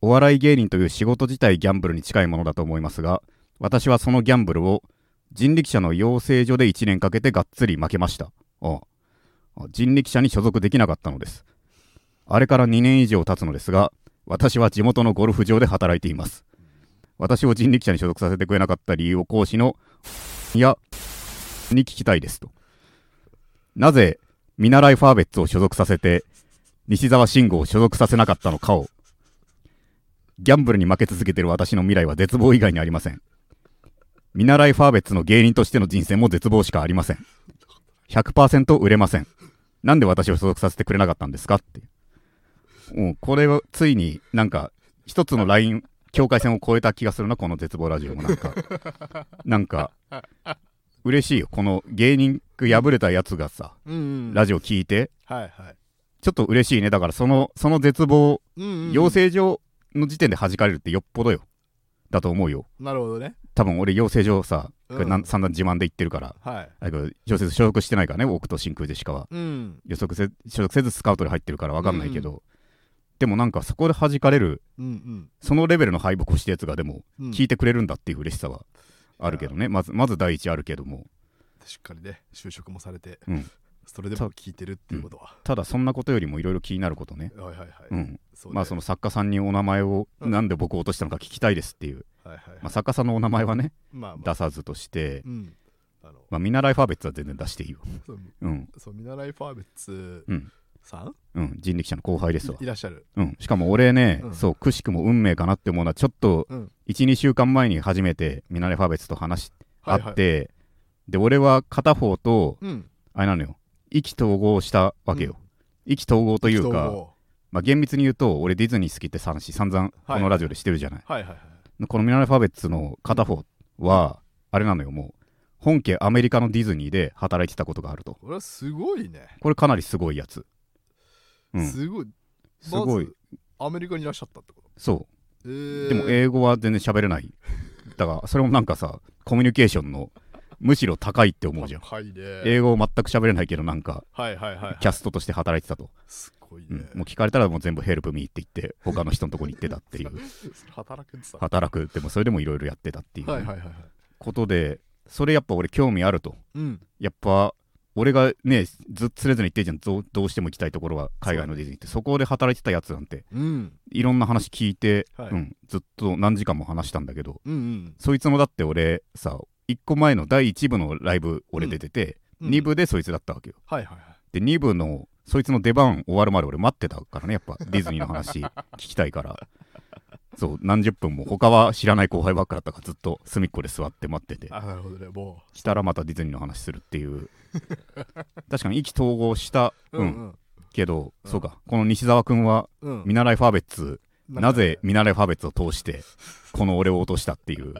Speaker 1: お笑い芸人という仕事自体ギャンブルに近いものだと思いますが、私はそのギャンブルを人力車の養成所で1年かけてがっつり負けました。ああ人力車に所属できなかったのです。あれから2年以上経つのですが、私は地元のゴルフ場で働いています。私を人力車に所属させてくれなかった理由を講師のやに聞きたいですと。なぜ見習いファーベッツを所属させて西澤慎吾を所属させなかったのかをギャンブルに負け続けてる私の未来は絶望以外にありません。見習いファーベッツの芸人としての人生も絶望しかありません。100%売れません。なんで私を所属させてくれなかったんですかっていう。もうこれはついになんか一つのライン、境界線を越えた気がするな、この絶望ラジオもなんか。なんか、嬉しいよ。この芸人破れたやつがさ、
Speaker 2: うんうん
Speaker 1: ラジオ聞いて、
Speaker 2: はいはい
Speaker 1: ちょっと嬉しいね。だからその、その絶望、
Speaker 2: うんうんうん
Speaker 1: 養成所の時点で弾かれるってよっぽどよ。だと思うよ。
Speaker 2: なるほどね
Speaker 1: 多分俺養成所さ、これな、
Speaker 2: うんん
Speaker 1: 散々自慢で言ってるから、
Speaker 2: はい
Speaker 1: あれけど養成所所属してないからね、僕と真空ジェシカは。
Speaker 2: うん
Speaker 1: 予測せ所属せずスカウトで入ってるから分かんないけど、でもなんかそこで弾かれる、
Speaker 2: うん
Speaker 1: そのレベルの敗北をしたやつがでも、
Speaker 2: うんうん
Speaker 1: 聞いてくれるんだっていう嬉しさはあるけどね、まず、まず第一あるけども、
Speaker 2: しっかりね就職もされて、
Speaker 1: うん
Speaker 2: それでも聞いてるっていうことは、
Speaker 1: ただそんなことよりもいろいろ気になることね。
Speaker 2: はいはいはい、
Speaker 1: うん、
Speaker 2: そうね
Speaker 1: まあその作家さんにお名前を
Speaker 2: うん
Speaker 1: なんで僕を落としたのか聞きたいですっていう、
Speaker 2: はいはいはい
Speaker 1: まあ、作家さんのお名前はね
Speaker 2: まあまあ
Speaker 1: 出さずとして、
Speaker 2: うんあの
Speaker 1: まあ、見習いファーベッツは全然出していいよ、
Speaker 2: そう
Speaker 1: うん
Speaker 2: そう見習いファーベッツ
Speaker 1: うん
Speaker 2: さん、
Speaker 1: うん、人力車の後輩ですわ
Speaker 2: い、らっしゃる
Speaker 1: うん、しかも俺ね、
Speaker 2: うん
Speaker 1: そうくしくも運命かなって思うのはちょっと
Speaker 2: うん
Speaker 1: 12、週間前に初めてミナレファベツと話し
Speaker 2: は
Speaker 1: 合
Speaker 2: いはい
Speaker 1: って、で俺は片方と
Speaker 2: うん
Speaker 1: あれなのよ意気投合したわけよ、意気投合というか、
Speaker 2: 人を
Speaker 1: まあ、厳密に言うと俺ディズニー好きって話散々このラジオでしてるじゃない、
Speaker 2: はいはいはい
Speaker 1: このミナレファベツの片方は、あれなのよもう本家アメリカのディズニーで働いてたことがあると
Speaker 2: これはすごいね、
Speaker 1: これかなりすごいやつ、うん、す
Speaker 2: すごいます
Speaker 1: ごい
Speaker 2: ずアメリカにいらっしゃったってこと
Speaker 1: そう
Speaker 2: えー、
Speaker 1: でも英語は全然喋れない。だからそれもなんかさ、コミュニケーションのむしろ高いって思うじゃん。
Speaker 2: 高いね
Speaker 1: 英語を全く喋れないけどなんか
Speaker 2: はいはいはいはい
Speaker 1: キャストとして働いてたと。
Speaker 2: すごいね
Speaker 1: うん、もう聞かれたらもう全部ヘルプミーって言って他の人のとこに行ってたっていう。
Speaker 2: 働くんさは
Speaker 1: 働くでもそれでもいろいろやってたってい
Speaker 2: いはいは
Speaker 1: う
Speaker 2: いはい
Speaker 1: ことで、それやっぱ俺興味あると。
Speaker 2: うん
Speaker 1: やっぱ俺がね、ずっつれずに言ってるじゃんどう、どうしても行きたいところは海外のディズニーって、そこで働いてたやつなんて、
Speaker 2: うん
Speaker 1: いろんな話聞いて、
Speaker 2: はい
Speaker 1: うん、ずっと何時間も話したんだけど、
Speaker 2: うんうん
Speaker 1: そいつもだって俺さ1個前の第1部のライブ俺出てて、
Speaker 2: うん
Speaker 1: 2部でそいつだったわけよ
Speaker 2: はいはいはい
Speaker 1: で2部のそいつの出番終わるまで俺待ってたからねやっぱディズニーの 話聞きたいからそう何十分も他は知らない後輩ばっかだったからずっと隅っこで座って待ってて
Speaker 2: あなるほどねも
Speaker 1: 来たらまたディズニーの話するっていう 確かに意気投合した、
Speaker 2: う
Speaker 1: うん
Speaker 2: うん
Speaker 1: けど、
Speaker 2: うん
Speaker 1: そうかこの西澤君は
Speaker 2: うん
Speaker 1: 見習いファーベッツ
Speaker 2: な
Speaker 1: なん
Speaker 2: かね
Speaker 1: ぜ見習いファーベッツを通してこの俺を落としたっていう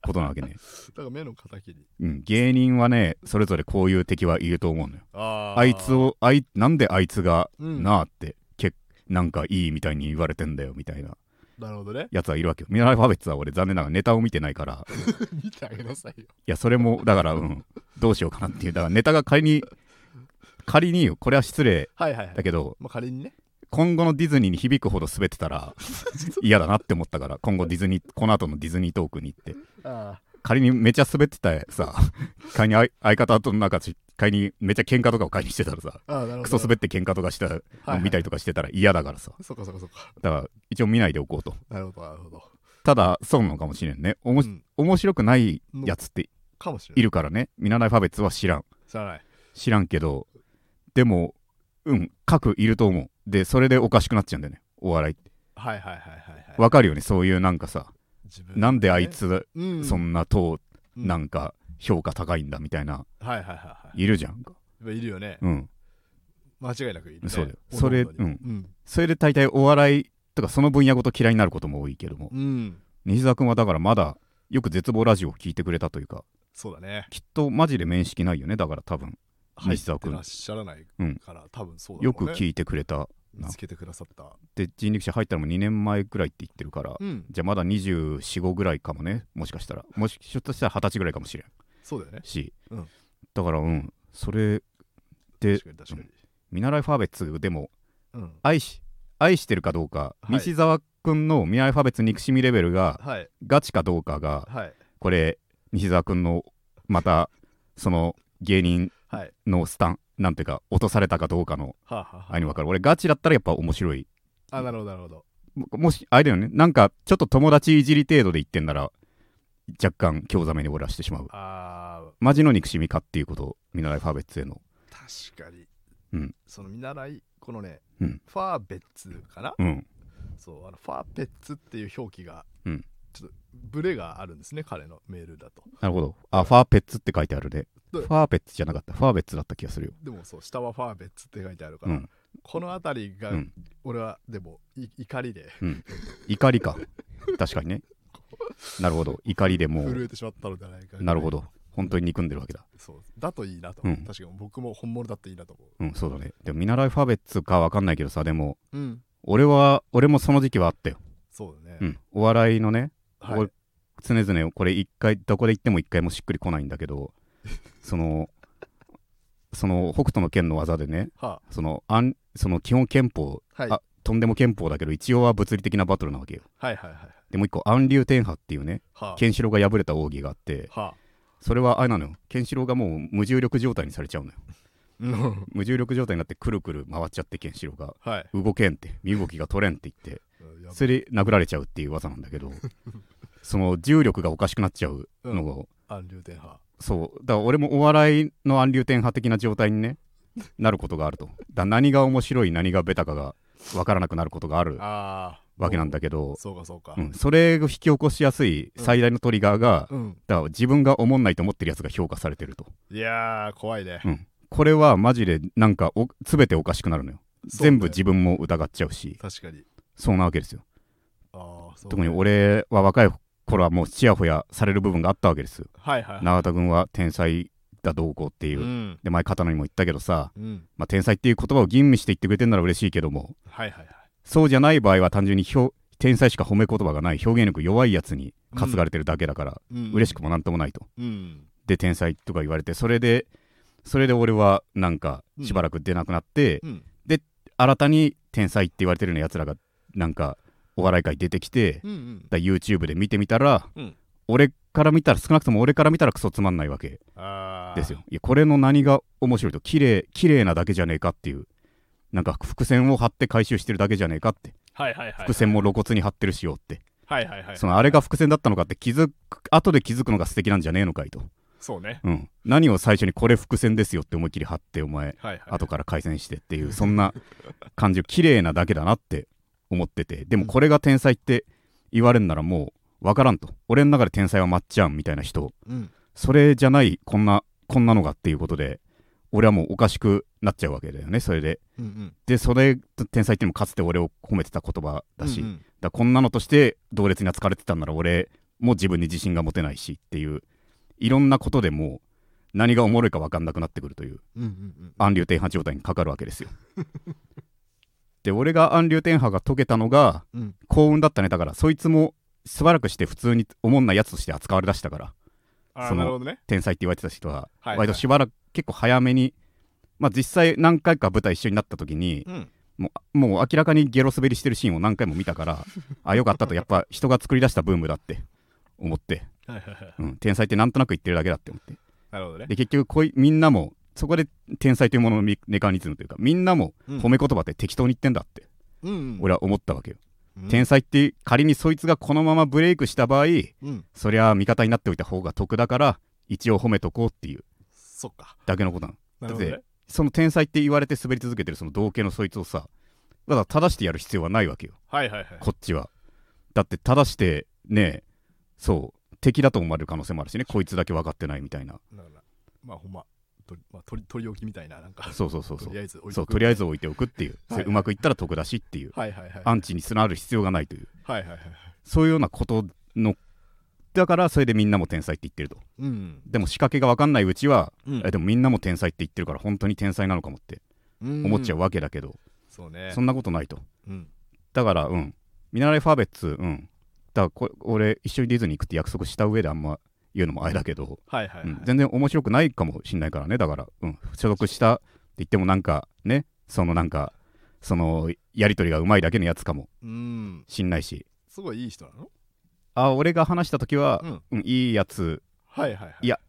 Speaker 1: ことなわけね
Speaker 2: だから目の敵に
Speaker 1: うん、芸人はねそれぞれこういう敵はいると思うのよ
Speaker 2: あ
Speaker 1: あいつをあいなんであいつが
Speaker 2: な
Speaker 1: なあってけなんかいいみたいに言われてんだよみたいな
Speaker 2: なるほどね
Speaker 1: やつはいるわけよミナラファベッツは俺残念ながらネタを見てないからい
Speaker 2: 見てあげなさいよ
Speaker 1: やそれもだからうんどうしようかなっていうだからネタが仮に仮によこれは失礼
Speaker 2: はいはいはい
Speaker 1: だけど
Speaker 2: まあ仮にね
Speaker 1: 今後のディズニーに響くほど滑ってた ら嫌だなって思ったから今後ディズニーこの後のディズニートークに行って
Speaker 2: あ
Speaker 1: 仮にめちゃ滑ってた さ仮にあい相方となんかし仮にめちゃ喧嘩とかを仮にしてたらさ
Speaker 2: ーあーなるほど
Speaker 1: クソ滑って喧嘩とかしたの
Speaker 2: はいはい
Speaker 1: 見たりとかしてたら嫌だからさ
Speaker 2: そっかそっかそっか
Speaker 1: だから一応見ないでおこうと
Speaker 2: なるほどなるほど
Speaker 1: ただそうなのかもしれんねおもし、
Speaker 2: うん
Speaker 1: 面白くないやつって
Speaker 2: かもしれない
Speaker 1: いるからね見習いファベツは知らん
Speaker 2: 知らない
Speaker 1: 知らんけどでもうん各いると思うでそれでおかしくなっちゃうんだよねお笑いって
Speaker 2: はいはいはいはいはい
Speaker 1: わかるよねそういうなんかさ
Speaker 2: 自分
Speaker 1: なんであいつ
Speaker 2: うん
Speaker 1: そんなと
Speaker 2: うん
Speaker 1: なんか評価高いんだみたいな
Speaker 2: はいはいはい
Speaker 1: いるじゃん
Speaker 2: はいいるよね
Speaker 1: うん
Speaker 2: 間違いなくいるね
Speaker 1: そうだよ
Speaker 2: おのおのに
Speaker 1: それうん
Speaker 2: うん
Speaker 1: それで大体お笑いとかその分野ごと嫌いになることも多いけども
Speaker 2: うん
Speaker 1: 西澤君はだからまだよく絶望ラジオを聞いてくれたというか
Speaker 2: そうだね
Speaker 1: きっとマジで面識ないよねだから多分
Speaker 2: 入っ
Speaker 1: 西澤
Speaker 2: て
Speaker 1: 君
Speaker 2: らっしゃらない
Speaker 1: うん
Speaker 2: から、多分そうだろうね
Speaker 1: よく聞いてくれた
Speaker 2: 見つけてくださった。
Speaker 1: で人力車入ったのも2年前ぐらいって言ってるから、
Speaker 2: うん、
Speaker 1: じゃあまだ245ぐらいかもねもしかしたらもしひょっとしたら二十歳ぐらいかもしれん
Speaker 2: そうだよね。
Speaker 1: し、
Speaker 2: うん
Speaker 1: だからうんそれで
Speaker 2: 確かに確かに。
Speaker 1: 見習いファーベッツでも
Speaker 2: うん。
Speaker 1: 愛し愛してるかどうか、
Speaker 2: はい
Speaker 1: 西澤君の見習いファーベッツ憎しみレベルが
Speaker 2: はい、
Speaker 1: ガチかどうかが
Speaker 2: はい、
Speaker 1: これ西澤君のまたその芸人
Speaker 2: はい。
Speaker 1: のスタンなんていうか落とされたかどうかの
Speaker 2: はあ、はあはあ
Speaker 1: あれに分かる俺ガチだったらやっぱ面白い
Speaker 2: あ、なるほど、なるほど。
Speaker 1: ももしあれだよねなんかちょっと友達いじり程度で言ってんなら若干興ざめに漏らしてしまう
Speaker 2: あ
Speaker 1: マジの憎しみかっていうこと見習いファーベッツへの
Speaker 2: ー確かに。
Speaker 1: うん
Speaker 2: その見習い、このね、
Speaker 1: うん
Speaker 2: ファーベッツかな、
Speaker 1: うん
Speaker 2: そう、あのファーベッツっていう表記が、
Speaker 1: うん
Speaker 2: ちょっとブレがあるんですね、彼のメールだと。
Speaker 1: なるほどあファーペッツって書いてあるね
Speaker 2: ど
Speaker 1: フ
Speaker 2: う
Speaker 1: ァーベッツじゃなかったファーベッツだった気がするよ
Speaker 2: でもそう、下はファーベッツって書いてあるか
Speaker 1: う
Speaker 2: ら、
Speaker 1: ん
Speaker 2: この辺りが、
Speaker 1: うん
Speaker 2: 俺はでもい怒りで
Speaker 1: 怒りか確かにねなるほど怒りでも
Speaker 2: 震
Speaker 1: う
Speaker 2: えてしまったのではないか
Speaker 1: なるほど本当に憎んでるわけだ
Speaker 2: そうだといいなと、
Speaker 1: うん
Speaker 2: 確かに僕も本物だっていいなと思
Speaker 1: うんそうだねでも見習いファーベッツか分かんないけどさでも
Speaker 2: ううん
Speaker 1: 俺は俺もその時期はあったよ、
Speaker 2: そうだね、
Speaker 1: うん、お笑いのね
Speaker 2: はい、
Speaker 1: 俺常々これ一回どこで行っても一回もしっくりこないんだけどそのその北斗の拳の技でね
Speaker 2: は
Speaker 1: そのあんその基本拳法
Speaker 2: あはい
Speaker 1: あとんでも拳法だけど一応は物理的なバトルなわけよ
Speaker 2: はいはいはいはい
Speaker 1: でもう一個暗流天波っていうね
Speaker 2: はあ
Speaker 1: ケンシロウが敗れた奥義があって
Speaker 2: はあ
Speaker 1: それはあれなのよケンシロウがもう無重力状態にされちゃうのよ
Speaker 2: うん
Speaker 1: 無重力状態になってくるくる回っちゃってケンシロウが
Speaker 2: はい
Speaker 1: 動けんって身動きが取れんって言って
Speaker 2: うんやば
Speaker 1: それで殴られちゃうっていう技なんだけ どその重力がおかしくなっちゃうのを、
Speaker 2: 暗流天波
Speaker 1: そうだから俺もお笑いの暗流天派的な状態にねなることがあるとだから何が面白い何がベタかが分からなくなることがある
Speaker 2: ああ
Speaker 1: わけなんだけど、
Speaker 2: そうかそうか
Speaker 1: うん、それを引き起こしやすい最大のトリガーが、
Speaker 2: うん
Speaker 1: だから自分が思んないと思ってるやつが評価されてると、
Speaker 2: いやー怖いね
Speaker 1: うん、これはマジでなんかお全ておかしくなるのよ
Speaker 2: そうね
Speaker 1: 全部自分も疑っちゃうし
Speaker 2: 確かに
Speaker 1: そうなわけですよ
Speaker 2: ああそう
Speaker 1: 特に俺は若い頃はもうちやほやされる部分があったわけですよ
Speaker 2: はいはいはい
Speaker 1: 永田君は天才だどうこうっていうう、
Speaker 2: ん
Speaker 1: で前刀にも言ったけどさ、
Speaker 2: うん
Speaker 1: まあ、天才っていう言葉を吟味して言ってくれてるなら嬉しいけども
Speaker 2: はいはいはい
Speaker 1: そうじゃない場合は単純に表天才しか褒め言葉がない表現力弱いやつに担がれてるだけだから、
Speaker 2: うん
Speaker 1: 嬉しくもなんともないと
Speaker 2: うん
Speaker 1: で天才とか言われてそれでそれで俺はなんかしばらく出なくなって、
Speaker 2: うん
Speaker 1: 新たに天才って言われてるようなやつらがなんかお笑い界出てきて、
Speaker 2: うんうん
Speaker 1: だ YouTube で見てみたら、
Speaker 2: うん
Speaker 1: 俺から見たら少なくとも俺から見たらクソつまんないわけ
Speaker 2: ああ
Speaker 1: ですよいやこれの何が面白いと綺麗綺麗なだけじゃねえかっていうなんか伏線を張って回収してるだけじゃねえかって
Speaker 2: はいはいはい
Speaker 1: 伏線も露骨に張ってるしようって、
Speaker 2: はいはいはい
Speaker 1: そのあれが伏線だったのかって気づく後で気づくのが素敵なんじゃねえのかいと、
Speaker 2: そうね
Speaker 1: うん、何を最初にこれ伏線ですよって思いっきり張ってお前
Speaker 2: はいはい
Speaker 1: 後から改善してっていうそんな感じ綺麗なだけだなって思っててでもこれが天才って言われるならもう分からんと俺の中で天才はまっちゃんみたいな人
Speaker 2: うん
Speaker 1: それじゃないこんなこんなのがっていうことで俺はもうおかしくなっちゃうわけだよねそれで
Speaker 2: うんうん
Speaker 1: でそれ天才っていうのもかつて俺を褒めてた言葉だし、
Speaker 2: うんう
Speaker 1: だから
Speaker 2: ん
Speaker 1: こんなのとして同列に扱われてたんなら俺も自分に自信が持てないしっていういろんなことでもう何がおもろいか分かんなくなってくるという
Speaker 2: うんうんうん
Speaker 1: 暗流天波状態にかかるわけですよ。で俺が暗流天波が解けたのが
Speaker 2: うん
Speaker 1: 幸運だったねだからそいつもしばらくして普通におもんないやつとして扱われだしたから
Speaker 2: あ
Speaker 1: そ
Speaker 2: あ
Speaker 1: の
Speaker 2: なるほどね
Speaker 1: 天才って言われてた人は、
Speaker 2: はいはい
Speaker 1: 割としばらく結構早めに、まあ、実際何回か舞台一緒になった時に
Speaker 2: うん
Speaker 1: もうもう明らかにゲロ滑りしてるシーンを何回も見たからあよかったとやっぱ人が作り出したブームだって思って、
Speaker 2: はいはいはい
Speaker 1: うん、天才ってなんとなく言ってるだけだって思って
Speaker 2: なるほどね
Speaker 1: で結局こういみんなもそこで天才というもののメメカニズムというかみんなも
Speaker 2: うん
Speaker 1: 褒め言葉って適当に言ってんだって
Speaker 2: うん
Speaker 1: 俺は思ったわけよ、
Speaker 2: うん
Speaker 1: 天才って仮にそいつがこのままブレイクした場合
Speaker 2: うん
Speaker 1: そりゃあ味方になっておいた方が得だから一応褒めとこうっていう
Speaker 2: そっか
Speaker 1: だけのことなの
Speaker 2: なるほど
Speaker 1: だ
Speaker 2: ね
Speaker 1: その天才って言われて滑り続けてるその同型のそいつをさただ正してやる必要はないわけよ
Speaker 2: はいはいはい
Speaker 1: こっちはだって正してねそう敵だと思われる可能性もあるしねこいつだけ分かってないみたいな
Speaker 2: だからまあほんまとりまあ取り取り置きみたいななんか
Speaker 1: そうそうそうそう
Speaker 2: とりあえず置いとく
Speaker 1: そうとりあえず置いておくっていう、それ
Speaker 2: はいはいう
Speaker 1: まくいったら得だしっていう、
Speaker 2: はいはいはい
Speaker 1: アンチにすなる必要がないという
Speaker 2: はいはいはい
Speaker 1: そういうようなことのだからそれでみんなも天才って言ってると
Speaker 2: うん
Speaker 1: でも仕掛けが分かんないうちは、
Speaker 2: うん
Speaker 1: えでもみんなも天才って言ってるから本当に天才なのかもって思っちゃうわけだけど、
Speaker 2: そうね
Speaker 1: そんなことないと
Speaker 2: うん
Speaker 1: だからうん見習いファーベッツうんだからこ俺一緒にディズニー行くって約束した上であんま言うのもあれだけど、
Speaker 2: はいはいはい、
Speaker 1: うん全然面白くないかもしんないからねだから、うん、所属したって言ってもなんかねそのなんかそのやり取りがうまいだけのやつかも
Speaker 2: うん
Speaker 1: しんないし
Speaker 2: すごいいい人なの
Speaker 1: あ俺が話した時は
Speaker 2: う、
Speaker 1: う
Speaker 2: ん
Speaker 1: ん、いいやつ
Speaker 2: はいはいは
Speaker 1: い
Speaker 2: い
Speaker 1: や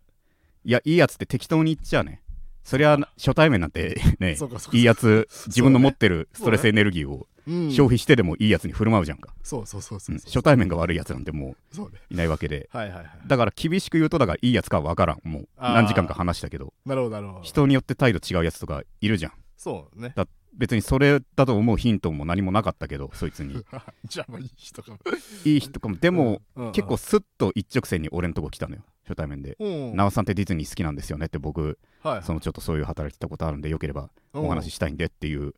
Speaker 1: いやいいやつって適当に言っちゃうねそりゃ初対面なんてね
Speaker 2: そうかそうか
Speaker 1: いいやつ自分の持ってるス
Speaker 2: そうね
Speaker 1: トレスエネルギーを
Speaker 2: うん
Speaker 1: 消費してでもいいやつに振る舞うじゃんか、
Speaker 2: そうそうそう
Speaker 1: う
Speaker 2: そ
Speaker 1: ん
Speaker 2: う
Speaker 1: 初対面が悪いやつなんても
Speaker 2: そうね
Speaker 1: ういないわけで
Speaker 2: はいはいはい
Speaker 1: だから厳しく言うとだからいいやつかは分からんもう
Speaker 2: あー
Speaker 1: 何時間か話したけど
Speaker 2: なるほどなるほど
Speaker 1: 人によって態度違うやつとかいるじゃん
Speaker 2: そうね
Speaker 1: 別にそれだと思うヒントも何もなかったけどそいつ に
Speaker 2: じゃあまあいい人かも
Speaker 1: いい人かもでも、
Speaker 2: うんうん
Speaker 1: 結構スッと一直線に俺のとこ来たのよ初対面で「
Speaker 2: うん
Speaker 1: なおさんってディズニー好きなんですよね」って僕
Speaker 2: はい
Speaker 1: そのちょっとそういう働いてたことあるんでよければ
Speaker 2: うん
Speaker 1: お話ししたいんでっていう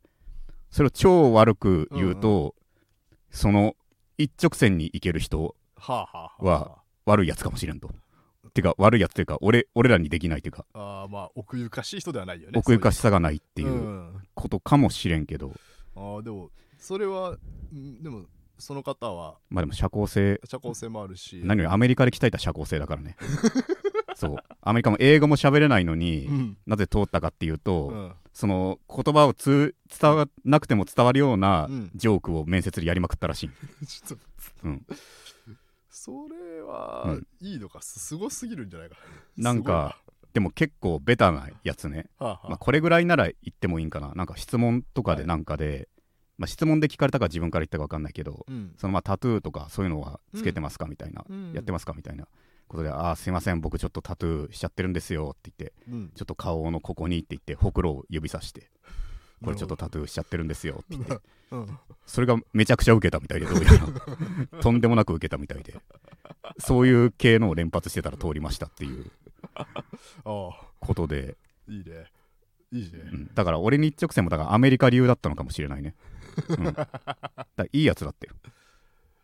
Speaker 1: それを超悪く言うと、その一直線に行ける人
Speaker 2: はあはあはあ
Speaker 1: は悪いやつかもしれんと。てか悪いやつというか俺俺らにできないというか
Speaker 2: あーまあ奥ゆかしい人ではないよね
Speaker 1: 奥ゆか
Speaker 2: しいっ
Speaker 1: しさがないって
Speaker 2: て
Speaker 1: いううことかもしれんけど、
Speaker 2: ああでもそれはんでもその方は
Speaker 1: まあでも社交性
Speaker 2: 社交性もあるし
Speaker 1: 何よりアメリカで鍛えた社交性だから ねそうアメリカも英語も喋れないのに、
Speaker 2: うん
Speaker 1: なぜ通ったかっていうと、
Speaker 2: うん
Speaker 1: その言葉をつ伝わなくても伝わるような
Speaker 2: うん
Speaker 1: ジョークを面接でやりまくったらしい、
Speaker 2: ちょっと
Speaker 1: うん
Speaker 2: それは
Speaker 1: う
Speaker 2: いいのかすすごすぎるんじゃないか
Speaker 1: なんかでも結構ベタなやつね、
Speaker 2: すごいなはあ
Speaker 1: まあ、
Speaker 2: は
Speaker 1: これぐらいなら言ってもいいんかななんか質問とかでなんかで、まあ、質問で聞かれたか自分から言ったか分かんないけど
Speaker 2: うん
Speaker 1: そのまあタトゥーとかそういうのはつけてますかみたいな、
Speaker 2: うん
Speaker 1: やってますかみたいなことで「ああすいません僕ちょっとタトゥーしちゃってるんですよ」って言って
Speaker 2: うん
Speaker 1: ちょっと顔のここにって言ってほくろを指さしてこれちょっとタトゥーしちゃってるんですよって言って
Speaker 2: うん
Speaker 1: それがめちゃくちゃ受けたみたいで どうやらとんでもなく受けたみたいでそういう系のを連発してたら通りましたっていう
Speaker 2: ああ
Speaker 1: ことで、
Speaker 2: いいねいいね
Speaker 1: うんだから俺に一直線もだからアメリカ流だったのかもしれないね、うん、だからいいやつだって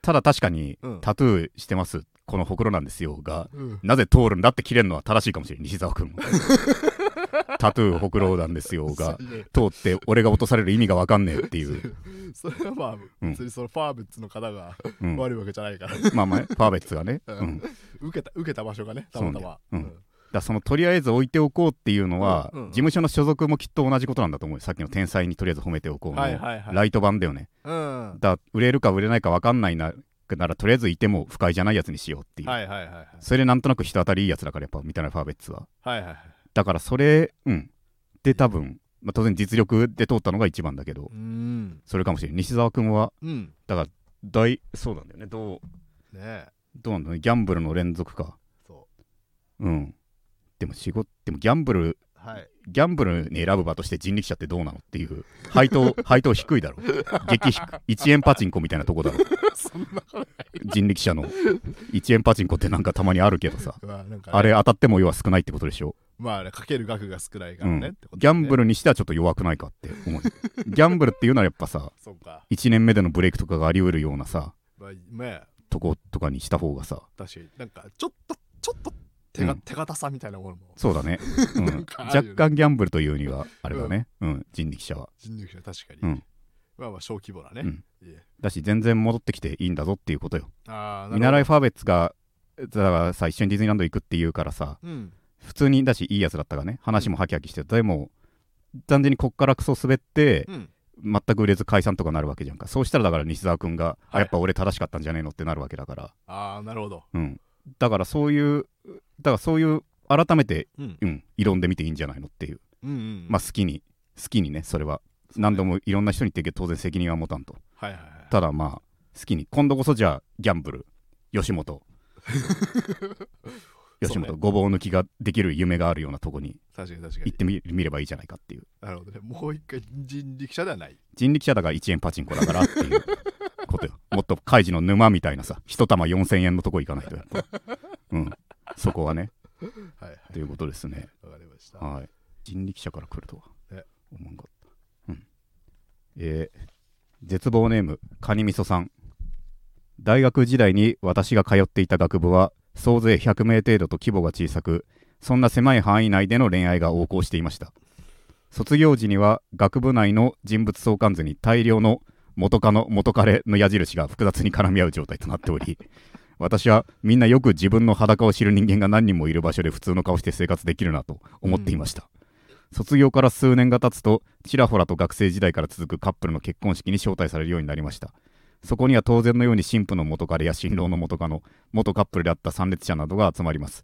Speaker 1: ただ確かに
Speaker 2: うん
Speaker 1: タトゥーしてますこのほくろなんですよが
Speaker 2: うん
Speaker 1: なぜ通るんだって切れるのは正しいかもしれない西澤 君もタトゥーほくろなんですよが
Speaker 2: そうね
Speaker 1: 通って俺が落とされる意味が分かんねえっていう、
Speaker 2: それはまあ
Speaker 1: うん
Speaker 2: 別にそのファーブッツの方が
Speaker 1: うん、
Speaker 2: 悪いわけじゃないから
Speaker 1: まあまあねパーベッツがね、う
Speaker 2: うん
Speaker 1: ん、だか
Speaker 2: 受けた受けた場所がねたまたま
Speaker 1: そうねらそのとりあえず置いておこうっていうのは、
Speaker 2: うんうんうん
Speaker 1: 事務所の所属もきっと同じことなんだと思うよさっきの天才にとりあえず褒めておこうの、
Speaker 2: はいはいはい
Speaker 1: ライト版だよね
Speaker 2: うんは
Speaker 1: だから売れるか売れないか分かんないなならとりあえずいても不快じゃないやつにしようってい、
Speaker 2: いうはいはいはい
Speaker 1: それでなんとなく人当たりいいやつだからやっぱみたいなファーベッツは
Speaker 2: はいはいはい
Speaker 1: だからそれうんで多分、まあ、当然実力で通ったのが一番だけど
Speaker 2: うん
Speaker 1: それかもしれない西澤君は
Speaker 2: うん
Speaker 1: 大そうなんだよねどう
Speaker 2: ねえ
Speaker 1: どうなんだろうねギャンブルの連続か
Speaker 2: そ
Speaker 1: うんでも仕事でもギャンブル
Speaker 2: う はい
Speaker 1: ギャンブルに選ぶ場として人力車ってどうなのっていう配当配当低いだろ 激低1円パチンコみたいなとこだろ人力 車の1円パチンコってなんかたまにあるけどさ
Speaker 2: まあなんかね
Speaker 1: あれ当たっても要は少ないってことでしょ、
Speaker 2: まあねかける額が少ないか
Speaker 1: う
Speaker 2: ら
Speaker 1: ん
Speaker 2: ね
Speaker 1: ギ
Speaker 2: ってこと
Speaker 1: ャンブ
Speaker 2: ル
Speaker 1: ルにしてはちょっと弱くないかって 思うギャンブルっていうのはやっぱさ
Speaker 2: そうか
Speaker 1: 1年目でのブレイクとかがあり得るようなさ
Speaker 2: まあね
Speaker 1: とことかにした方がさ
Speaker 2: 確かになんかちょっとちょっと手が、
Speaker 1: うん
Speaker 2: 手堅さみたいなものも
Speaker 1: そうだね、うん
Speaker 2: なんかあるよ
Speaker 1: 若
Speaker 2: ね
Speaker 1: 干ギャンブルというにはあれだね、うん人力車は
Speaker 2: 人力車確かに、
Speaker 1: うん
Speaker 2: まあまあ小規模なね、
Speaker 1: うん
Speaker 2: いえ
Speaker 1: だし全然戻ってきていいんだぞっていうことよ
Speaker 2: ああ
Speaker 1: 見習いファーベッツがだからさ一緒にディズニーランド行くって言うからさ
Speaker 2: うん
Speaker 1: 普通にだしいいやつだったがね話もハキハキしてでも単純にこっからクソ滑って
Speaker 2: うん
Speaker 1: 全く売れず解散とかなるわけじゃんかそうしたらだから西澤君が、
Speaker 2: はい
Speaker 1: あやっぱ俺正しかったんじゃねえのってなるわけだから
Speaker 2: ああなるほど
Speaker 1: うんだからそういうだからそういう改めて
Speaker 2: うん
Speaker 1: うん異論で見ていいんじゃないのっていう
Speaker 2: うんうん
Speaker 1: まあ好きに好きにねそれは
Speaker 2: そうね
Speaker 1: 何度もいろんな人に言ってるけど当然責任は持たんと
Speaker 2: はいはいはい
Speaker 1: ただまあ好きに今度こそじゃあギャンブル吉本 吉
Speaker 2: そう
Speaker 1: 本ごぼう抜きができる夢があるようなとこに
Speaker 2: 確かに確か
Speaker 1: 行
Speaker 2: に
Speaker 1: ってみみればいいじゃないかっていう
Speaker 2: なるほどねもう一回人力車ではない
Speaker 1: 人力車だから1円パチンコだからっていうことよもっとカイジの沼みたいなさ一玉4000円のとこ行かないとやっぱうんそこはね
Speaker 2: はいはい
Speaker 1: ということですね
Speaker 2: わかりました
Speaker 1: はい人力車から来るとは
Speaker 2: え
Speaker 1: 思わんかったうんえー絶望ネームカニみそさん大学時代に私が通っていた学部は総勢100名程度と規模が小さくそんな狭い範囲内での恋愛が横行していました卒業時には学部内の人物相関図に大量の元カノ元カレの矢印が複雑に絡み合う状態となっており私はみんなよく自分の裸を知る人間が何人もいる場所で普通の顔して生活できるなと思っていました、卒業から数年が経つとちらほらと学生時代から続くカップルの結婚式に招待されるようになりましたそこには当然のように新婦の元彼や新郎の元カノ元カップルであった参列者などが集まります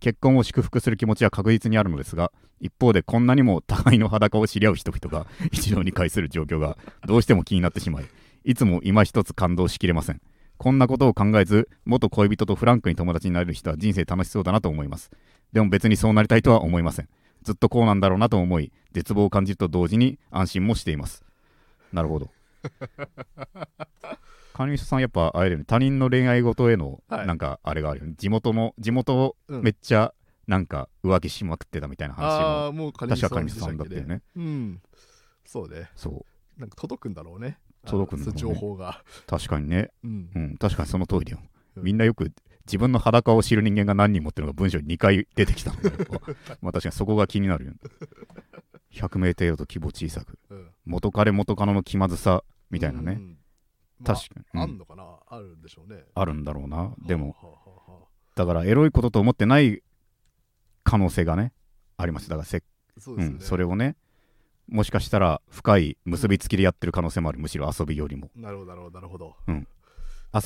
Speaker 1: 結婚を祝福する気持ちは確実にあるのですが一方でこんなにも互いの裸を知り合う人々が 一堂に会する状況がどうしても気になってしまいいつも今一つ感動しきれませんこんなことを考えず元恋人とフランクに友達になれる人は人生楽しそうだなと思いますでも別にそうなりたいとは思いませんずっとこうなんだろうなと思い絶望を感じると同時に安心もしていますなるほ ど管理者さんやっぱあれだよね他人の恋愛事への
Speaker 2: はい
Speaker 1: なんかあれがあるよね、地元の地元
Speaker 2: うん
Speaker 1: めっちゃなんか浮気しまくってたみたいな話
Speaker 2: あ
Speaker 1: も
Speaker 2: あ、もう金
Speaker 1: 確
Speaker 2: 光
Speaker 1: か管理
Speaker 2: さんでし
Speaker 1: 者さんだっ
Speaker 2: たったけ
Speaker 1: よ
Speaker 2: ね。
Speaker 1: ね
Speaker 2: うん。そうね。
Speaker 1: そう
Speaker 2: なんか届くんだろうね。
Speaker 1: 届くんだろうね
Speaker 2: あのそういう情報が。
Speaker 1: 確かにね
Speaker 2: うん
Speaker 1: う。ん確かにその通りだよ
Speaker 2: うん
Speaker 1: みんなよく自分の裸を知る人間が何人もっていうのが文章に2回出てきたので まあ確かにそこが気になるよね100名程度と規模小さく
Speaker 2: うん
Speaker 1: 元彼元カノの気まずさみたいなね、
Speaker 2: うん。
Speaker 1: 確
Speaker 2: か
Speaker 1: かに、
Speaker 2: に。あ
Speaker 1: うん
Speaker 2: んのかなあるんでしょうね。
Speaker 1: あるんだろうなでも
Speaker 2: はあはあはあ。
Speaker 1: だからエロいことと思ってない可能性がねありますだからせっ
Speaker 2: そう
Speaker 1: う
Speaker 2: ですよ
Speaker 1: ん、
Speaker 2: ね。
Speaker 1: それをねもしかしたら深い結びつきでやってる可能性もあるむしろ遊びよりも
Speaker 2: なるほど、なるほど、なるほど。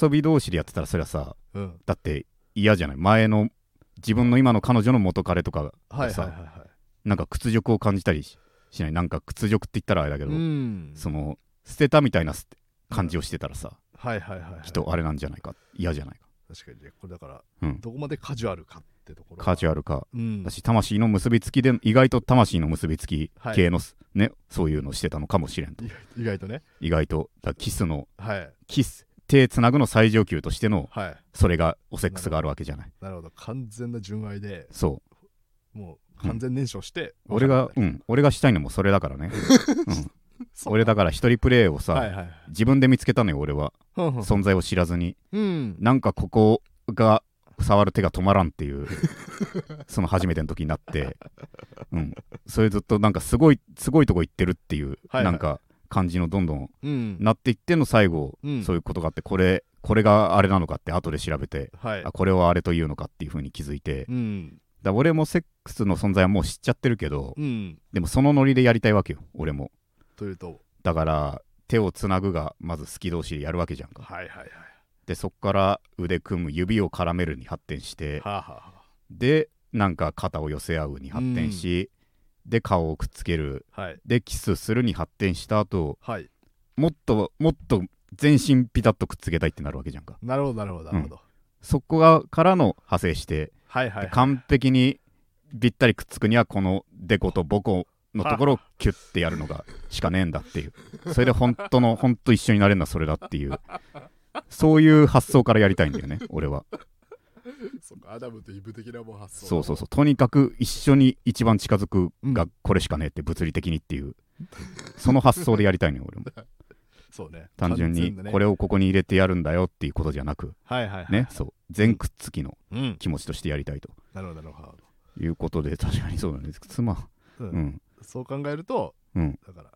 Speaker 1: 遊び同士でやってたらそれはさ
Speaker 2: うん。
Speaker 1: だって嫌じゃない前の自分の今の彼女の元彼とか
Speaker 2: はいはい
Speaker 1: さ
Speaker 2: はいは
Speaker 1: なんか屈辱を感じたりししないなんか屈辱って言ったらあれだけ
Speaker 2: い。
Speaker 1: ど、
Speaker 2: ん
Speaker 1: その捨てたみたいなす感じをしてたらさ、
Speaker 2: はいはいはいはい。
Speaker 1: きっとあれなんじゃないか嫌じゃないか
Speaker 2: 確かにね、これだから、
Speaker 1: うん
Speaker 2: どこまでカジュアルかってところ。
Speaker 1: カジ
Speaker 2: ュ
Speaker 1: ュアルか
Speaker 2: アル。うん
Speaker 1: だ。し魂の結びつきで意外と魂の結びつき系の、ねそういうのしてたのかもしれんと
Speaker 2: 意外意外とね。
Speaker 1: 意外とだキスの
Speaker 2: はい。
Speaker 1: キス手つなぐの最上級としての
Speaker 2: はい。
Speaker 1: それがおセックスがあるわけじゃない
Speaker 2: なるほど。完全な純愛で、
Speaker 1: そう
Speaker 2: もう完全燃焼して、
Speaker 1: 俺がうん俺がしたいのもそれだから ね、うん、俺だから一人プレイをさ、
Speaker 2: はいはいはい。
Speaker 1: 自分で見つけたのよ俺は
Speaker 2: ふんふん
Speaker 1: 存在を知らずに
Speaker 2: うん。
Speaker 1: なんかここが触る手が止まらんって いうその初めての時になって、うん、それずっとなんかすごいすごいとこ行ってるっていう、
Speaker 2: はいはい
Speaker 1: なんか感じのどんどん
Speaker 2: うん。
Speaker 1: なっていっての最後、
Speaker 2: うん
Speaker 1: そういうことがあってこれこれがあれなのかって後で調べて、
Speaker 2: はい
Speaker 1: あ。これをあれというのかっていう風に気づいて、
Speaker 2: うん。
Speaker 1: だ俺もセックスの存在はもう知っちゃってるけど、
Speaker 2: うん。
Speaker 1: でもそのノリでやりたいわけよ俺も
Speaker 2: というと、
Speaker 1: だから手をつなぐがまず好き同士でやるわけじゃんか
Speaker 2: はいはいはい。
Speaker 1: でそっから腕組む指を絡めるに発展して
Speaker 2: はあ、はあは
Speaker 1: でなんか肩を寄せ合うに発展し、で顔をくっつける
Speaker 2: あ、はい。
Speaker 1: でキスするに発展した後
Speaker 2: はい。
Speaker 1: もっともっと全身ピタッとくっつけたいってなるわけじゃんか
Speaker 2: なるほど、なるほど、なるほど。
Speaker 1: そこがからの派生して、
Speaker 2: はいはい
Speaker 1: で。完璧にぴったりくっつくにはこのデコとボコのところをキュッてやるのがしかねえんだっていうそれで本当の本当一緒になれるのはそれだっていうそういう発想からやりたいんだよね俺は
Speaker 2: そっかアダムとイブ的なもん発想。
Speaker 1: そうそうそうとにかく一緒に一番近づくがこれしかねえって物理的にっていう、その発想でやりたいのよ俺 も
Speaker 2: そうね。
Speaker 1: 単純にこれ
Speaker 2: を。
Speaker 1: をここに入れてやるんだよっていうことじゃなく
Speaker 2: はいはいはい。
Speaker 1: ね。そう全くっつきの
Speaker 2: うん。
Speaker 1: 気持ちとしてやりたいと
Speaker 2: なるほど、なるほど。
Speaker 1: いうことで確かにそうなんです妻
Speaker 2: う。
Speaker 1: うんん
Speaker 2: そう考えると、
Speaker 1: うん
Speaker 2: だから、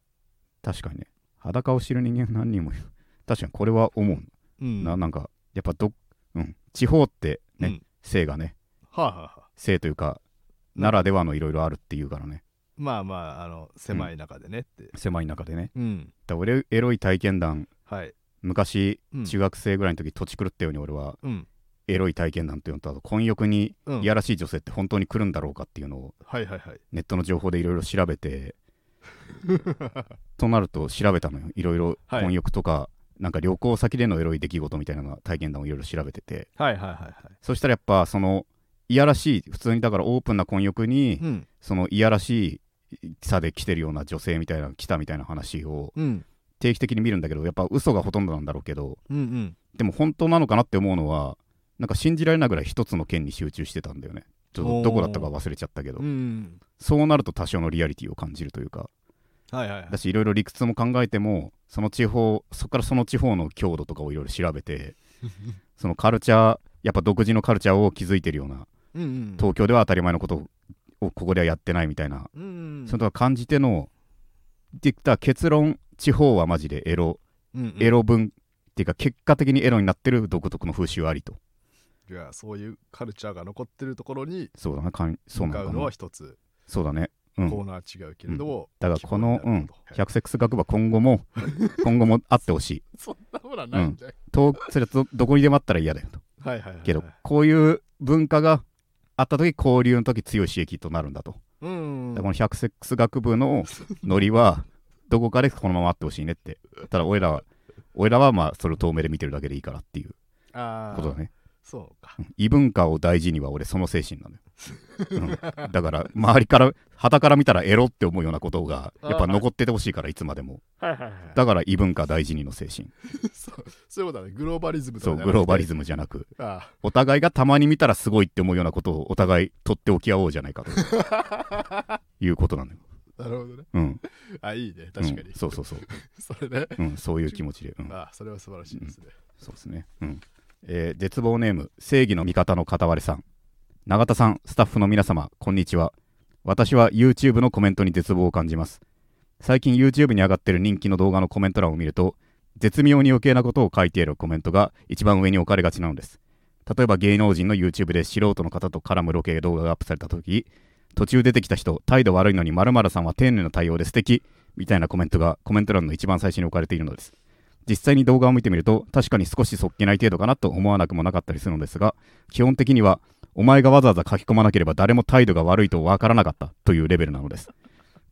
Speaker 1: 確かにね裸を知る人間何人もいる 確かにこれは思う、
Speaker 2: うん。
Speaker 1: な
Speaker 2: は
Speaker 1: なんかやっぱど、うん、地方ってね、
Speaker 2: うん
Speaker 1: 性がね
Speaker 2: あ、はあはあ、
Speaker 1: 性というかならではのいろいろあるっていうからね
Speaker 2: まあまあ、あの、狭い中でねって。
Speaker 1: 狭い中でね
Speaker 2: うん。
Speaker 1: だ俺エロい体験談
Speaker 2: はい。
Speaker 1: 昔
Speaker 2: うん
Speaker 1: 中学生ぐらいの時土地狂ったように俺は
Speaker 2: うん。
Speaker 1: エロい体験談というのとあと婚欲に
Speaker 2: うん。
Speaker 1: いやらしい女性って本当に来るんだろうかっていうのを
Speaker 2: はいはいはい。
Speaker 1: ネットの情報でいろいろ調べ てとなると調べたのよいろいろ
Speaker 2: はい
Speaker 1: 婚欲とか、なんか旅行先でのエロい出来事みたいなのが体験談をいろいろ調べてて
Speaker 2: はいはいはいは
Speaker 1: そしたらやっぱそのいやらしい普通にだからオープンな婚欲に、
Speaker 2: い。うん。
Speaker 1: そのいやらしいさで来てるような女性みたいなのが来たみたいな話を
Speaker 2: うん。
Speaker 1: 定期的に見るんだけどやっぱ嘘がほとんどなんだろうけど
Speaker 2: うんうん。
Speaker 1: でも本当なのかなって思うのはなんか信じられないぐらい一つの件に集中してたんだよねちょっ
Speaker 2: お
Speaker 1: と
Speaker 2: ー
Speaker 1: どこだったか忘れちゃったけど
Speaker 2: うん。
Speaker 1: そうなると多少のリアリティを感じるというか
Speaker 2: はいはいはい
Speaker 1: だ。しいろいろ理屈も考えても その地方そこからその地方の強度とかをいろいろ調べてそのカルチャーやっぱ独自のカルチャーを築いてるような
Speaker 2: うんうん
Speaker 1: 東京では当たり前のことをここではやってないみたいな
Speaker 2: うんうん
Speaker 1: そのとは感じてのできた結論地方はマジでエロ
Speaker 2: うんうん
Speaker 1: エロ文っていうか結果的にエロになってる独特の風習ありと
Speaker 2: いやそういうカルチャーが残ってるところに
Speaker 1: そうだなかんそう
Speaker 2: 向
Speaker 1: な
Speaker 2: か
Speaker 1: の
Speaker 2: う
Speaker 1: か
Speaker 2: の
Speaker 1: な
Speaker 2: は一つ
Speaker 1: そうだねう
Speaker 2: コー
Speaker 1: ん
Speaker 2: ナー違うけれども、
Speaker 1: だからこの
Speaker 2: 希望になるほど
Speaker 1: 百セックス学部は今後 も今後もあってほしい
Speaker 2: そんなものはないんじゃない、
Speaker 1: とそれはどどこにでもあったら嫌だよと
Speaker 2: はいはいはいはい
Speaker 1: けどこういう文化があった時交流の時強い刺激となるんだとだか
Speaker 2: うんうん
Speaker 1: らこの百セックス学部のノリ はどこかでこのままあってほしいねってただ俺らは俺らはまあそれを遠目で見てるだけでいいからっていう
Speaker 2: あー
Speaker 1: ことだね
Speaker 2: そうか
Speaker 1: 異文化を大事には俺その精神なのよ、うんだから周りから旗から見たらエロって思うようなことがやっぱ残っててほしいからいつまでも
Speaker 2: はいはいはい
Speaker 1: だから異文化大事にの精神
Speaker 2: そうそういうことだねグローバリズムとか
Speaker 1: そう
Speaker 2: じゃなく
Speaker 1: グ
Speaker 2: て
Speaker 1: ローバリズムじゃなく
Speaker 2: あ
Speaker 1: お互いがたまに見たらすごいって思うようなことをお互い取っておき合おうじゃないかということ なのよ、
Speaker 2: あなるほどね
Speaker 1: うん、
Speaker 2: あいいね確かに、
Speaker 1: うんそうそうそう、
Speaker 2: それね
Speaker 1: うん、そういう気持ちで、うん、
Speaker 2: あそれは素晴らしいですね、
Speaker 1: そうですね。うん。えー絶望ネーム、正義の味方の片割れさん。永田さん、スタッフの皆様、こんにちは。私は YouTube のコメントに絶望を感じます。最近 YouTube に上がってる人気の動画のコメント欄を見ると、絶妙に余計なことを書いているコメントが一番上に置かれがちなのです。例えば芸能人の YouTube で素人の方と絡むロケ動画がアップされた時、途中出てきた人、態度悪いのに〇〇さんは丁寧な対応で素敵みたいなコメントがコメント欄の一番最初に置かれているのです。実際に動画を見てみると確かに少しそっけない程度かなと思わなくもなかったりするのですが基本的にはお前がわざわざ書き込まなければ誰も態度が悪いとわからなかったというレベルなのです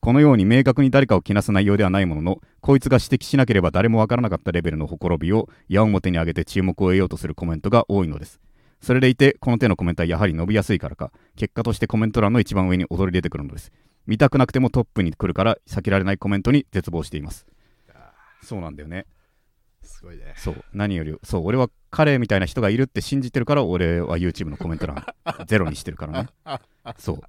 Speaker 1: このように明確に誰かをけなす内容ではないもののこいつが指摘しなければ誰もわからなかったレベルのほころびを矢面に上げて注目を得ようとするコメントが多いのですそれでいてこの手のコメントはやはり伸びやすいからか結果としてコメント欄の一番上に躍り出てくるのです見たくなくてもトップに来るから避けられないコメントに絶望していますそうなんだよね
Speaker 2: すごいね
Speaker 1: そう何よりそう俺は彼みたいな人がいるって信じてるから俺は YouTube のコメント 欄ゼロにしてるからねそう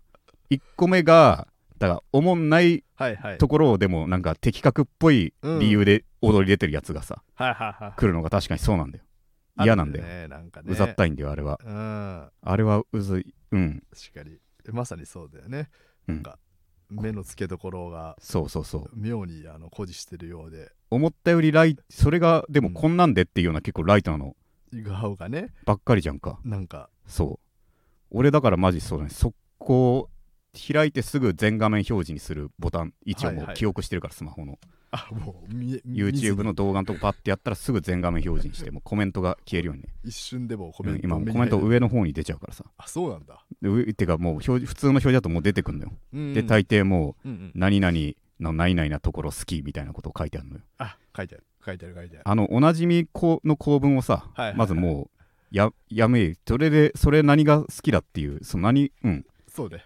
Speaker 1: 1個目がだからおもんない
Speaker 2: はいはい
Speaker 1: ところをでもなんか的確っぽい理由で踊り出てるやつがさ、
Speaker 2: はいはいはい
Speaker 1: 来るのが確かにそうなんだよ嫌なんだよ、
Speaker 2: あるねなんかね
Speaker 1: うざったいんだよあれは
Speaker 2: うん
Speaker 1: あれはうずいうん
Speaker 2: 確かにまさにそうだよね、
Speaker 1: うん
Speaker 2: なんか目の付けどころが
Speaker 1: そうそうそう
Speaker 2: 妙にあの誇示してるようで
Speaker 1: 思ったよりライそれがでもこんなんでっていうような結構ライトなの
Speaker 2: 顔がね
Speaker 1: ばっかりじゃんか
Speaker 2: なんか
Speaker 1: そう俺だからマジそうだね速攻開いてすぐ全画面表示にするボタン一応も
Speaker 2: はいうはい
Speaker 1: 記憶してるからスマホの
Speaker 2: あもう見え見ず
Speaker 1: YouTube の動画のとこパッてやったらすぐ全画面表示にしてもうコメントが消えるようにね
Speaker 2: 一瞬でもコ
Speaker 1: う
Speaker 2: メン
Speaker 1: ん
Speaker 2: ト
Speaker 1: 今も
Speaker 2: 目
Speaker 1: う
Speaker 2: に
Speaker 1: コメント
Speaker 2: 入る
Speaker 1: 上の方に出ちゃうからさ
Speaker 2: あそうなんだ、
Speaker 1: で上ってかもう表普通の表示だともう出てくんのよ
Speaker 2: うん
Speaker 1: で大抵も
Speaker 2: うんうん
Speaker 1: う何々の何々なところ好きみたいなことを書いてあるのよ
Speaker 2: あ書いてある書いてある書いてある
Speaker 1: あのおなじみこの構文をさ
Speaker 2: はいはいはい
Speaker 1: まずもうややめそれでそれ何が好きだっていうその何うん
Speaker 2: そうね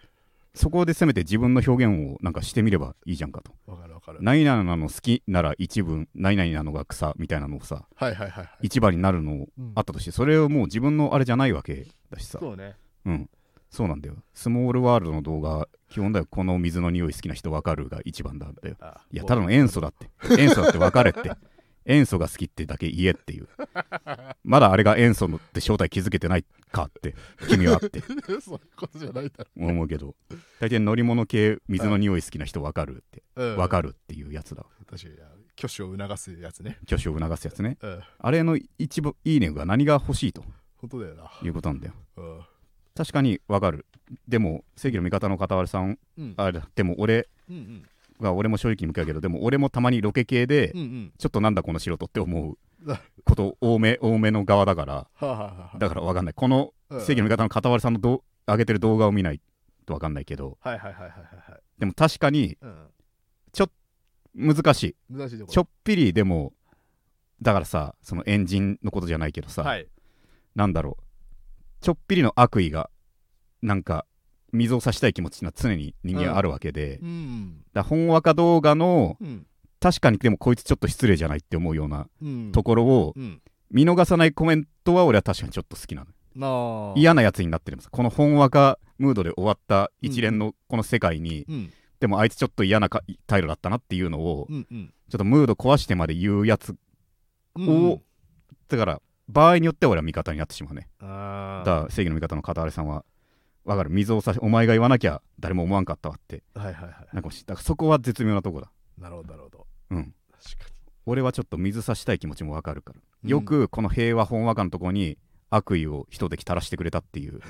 Speaker 1: そこでせめて自分の表現をなんかしてみればいいじゃんかと。
Speaker 2: わかるわかる
Speaker 1: 何々なの好きなら一文、何々なのが草みたいなのをさ、
Speaker 2: はいはいはいはい
Speaker 1: 一番になるの
Speaker 2: うん
Speaker 1: あったとして、それをもう自分のあれじゃないわけだしさ。
Speaker 2: そうね
Speaker 1: うん。そうなんだよ。スモールワールドの動画、基本だよ。この水の匂い好きな人わかるが一番なんだよ。
Speaker 2: あ
Speaker 1: いや、ただの塩素だって。塩素だって分かれって。塩素が好きってだけ言えっていう。まだあれが塩素のって正体気づけてないかって、君はって。
Speaker 2: そういうことじゃないだろ
Speaker 1: 思うけど大体乗り物系水の匂い好きな人分かるって
Speaker 2: う、うん、
Speaker 1: 分
Speaker 2: る
Speaker 1: かるっていうやつだ
Speaker 2: 確かにあ挙手を促すやつね
Speaker 1: 挙手を促すやつね
Speaker 2: うん
Speaker 1: あれの一部いいねが何が欲しいと
Speaker 2: 本当だよな
Speaker 1: いうことなんだよ
Speaker 2: うん
Speaker 1: 確かに分かるでも正義の味方の片割れさん
Speaker 2: うん
Speaker 1: あれでも俺
Speaker 2: うんうん
Speaker 1: が俺も正直に向き合うけどでも俺もたまにロケ系で
Speaker 2: うんうん
Speaker 1: ちょっとなんだこの素人って思うこと多め多めの側だから
Speaker 2: はあはあはあ
Speaker 1: だから分かんないこの
Speaker 2: うん
Speaker 1: 正義の味方の片割れさんのど上げてる動画を見ないと分かんないけど
Speaker 2: はいはいはいはいはいはい
Speaker 1: でも確かに
Speaker 2: うん
Speaker 1: 難しい
Speaker 2: 難しいところ
Speaker 1: ちょっぴりでもだからさそのエンジンのことじゃないけどさ、
Speaker 2: はい
Speaker 1: なんだろうちょっぴりの悪意がなんか水を差したい気持ちっていうのは常に人間あるわけで、だか
Speaker 2: うん
Speaker 1: ら本若動画の
Speaker 2: うん
Speaker 1: 確かにでもこいつちょっと失礼じゃないって思うような
Speaker 2: うん
Speaker 1: ところを
Speaker 2: うん
Speaker 1: 見逃さないコメントは俺は確かにちょっと好きなの
Speaker 2: なあ
Speaker 1: 嫌なやつになってるんですこの本若ムードで終わった一連のこの世界に、
Speaker 2: うん
Speaker 1: でもあいつちょっと嫌なか態度だったなっていうのを
Speaker 2: うんうん
Speaker 1: ちょっとムード壊してまで言うやつ
Speaker 2: うん
Speaker 1: おだから場合によっては俺は味方になってしまうねだか
Speaker 2: あ
Speaker 1: ら正義の味方の片割れさんは分かる水を差しお前が言わなきゃ誰も思わんかったわって
Speaker 2: あ。はいはいは
Speaker 1: なんかもしだからそこは絶妙なとこだ
Speaker 2: い。なるほどなるほど。
Speaker 1: うん
Speaker 2: 確か
Speaker 1: 俺はちょっと水差したい気持ちも分かるから
Speaker 2: に。
Speaker 1: よくこの平和ほんわかのとこに悪意を一滴垂らしてくれたって いう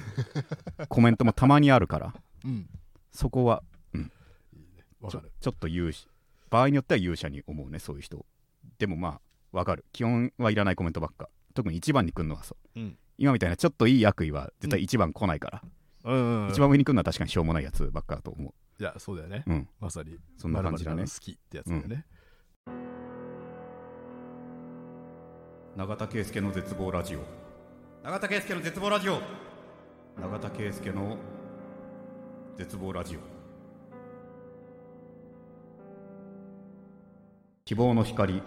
Speaker 1: コメントもたまにあるから
Speaker 2: うん。うん。
Speaker 1: そこは
Speaker 2: わ
Speaker 1: ち
Speaker 2: か
Speaker 1: ょ
Speaker 2: る。
Speaker 1: ちょっと勇者場合によっては勇者に思うねそういう人をでもまあ分かる基本はいらないコメントばっか特に一番に来るのはそう
Speaker 2: うん。
Speaker 1: 今みたいなちょっといい悪意は絶対一番来ないから、
Speaker 2: うんうん。
Speaker 1: 一。番上に来るのは確かにしょうもないやつばっかだと思
Speaker 2: いや、そうだよね。
Speaker 1: ううん
Speaker 2: まさに。
Speaker 1: そんな感じだね
Speaker 2: 好きってやつだよね。
Speaker 1: 永田圭介の絶望ラジオ永田圭介の絶望ラジオ永田圭介の絶望ラジオ希望の光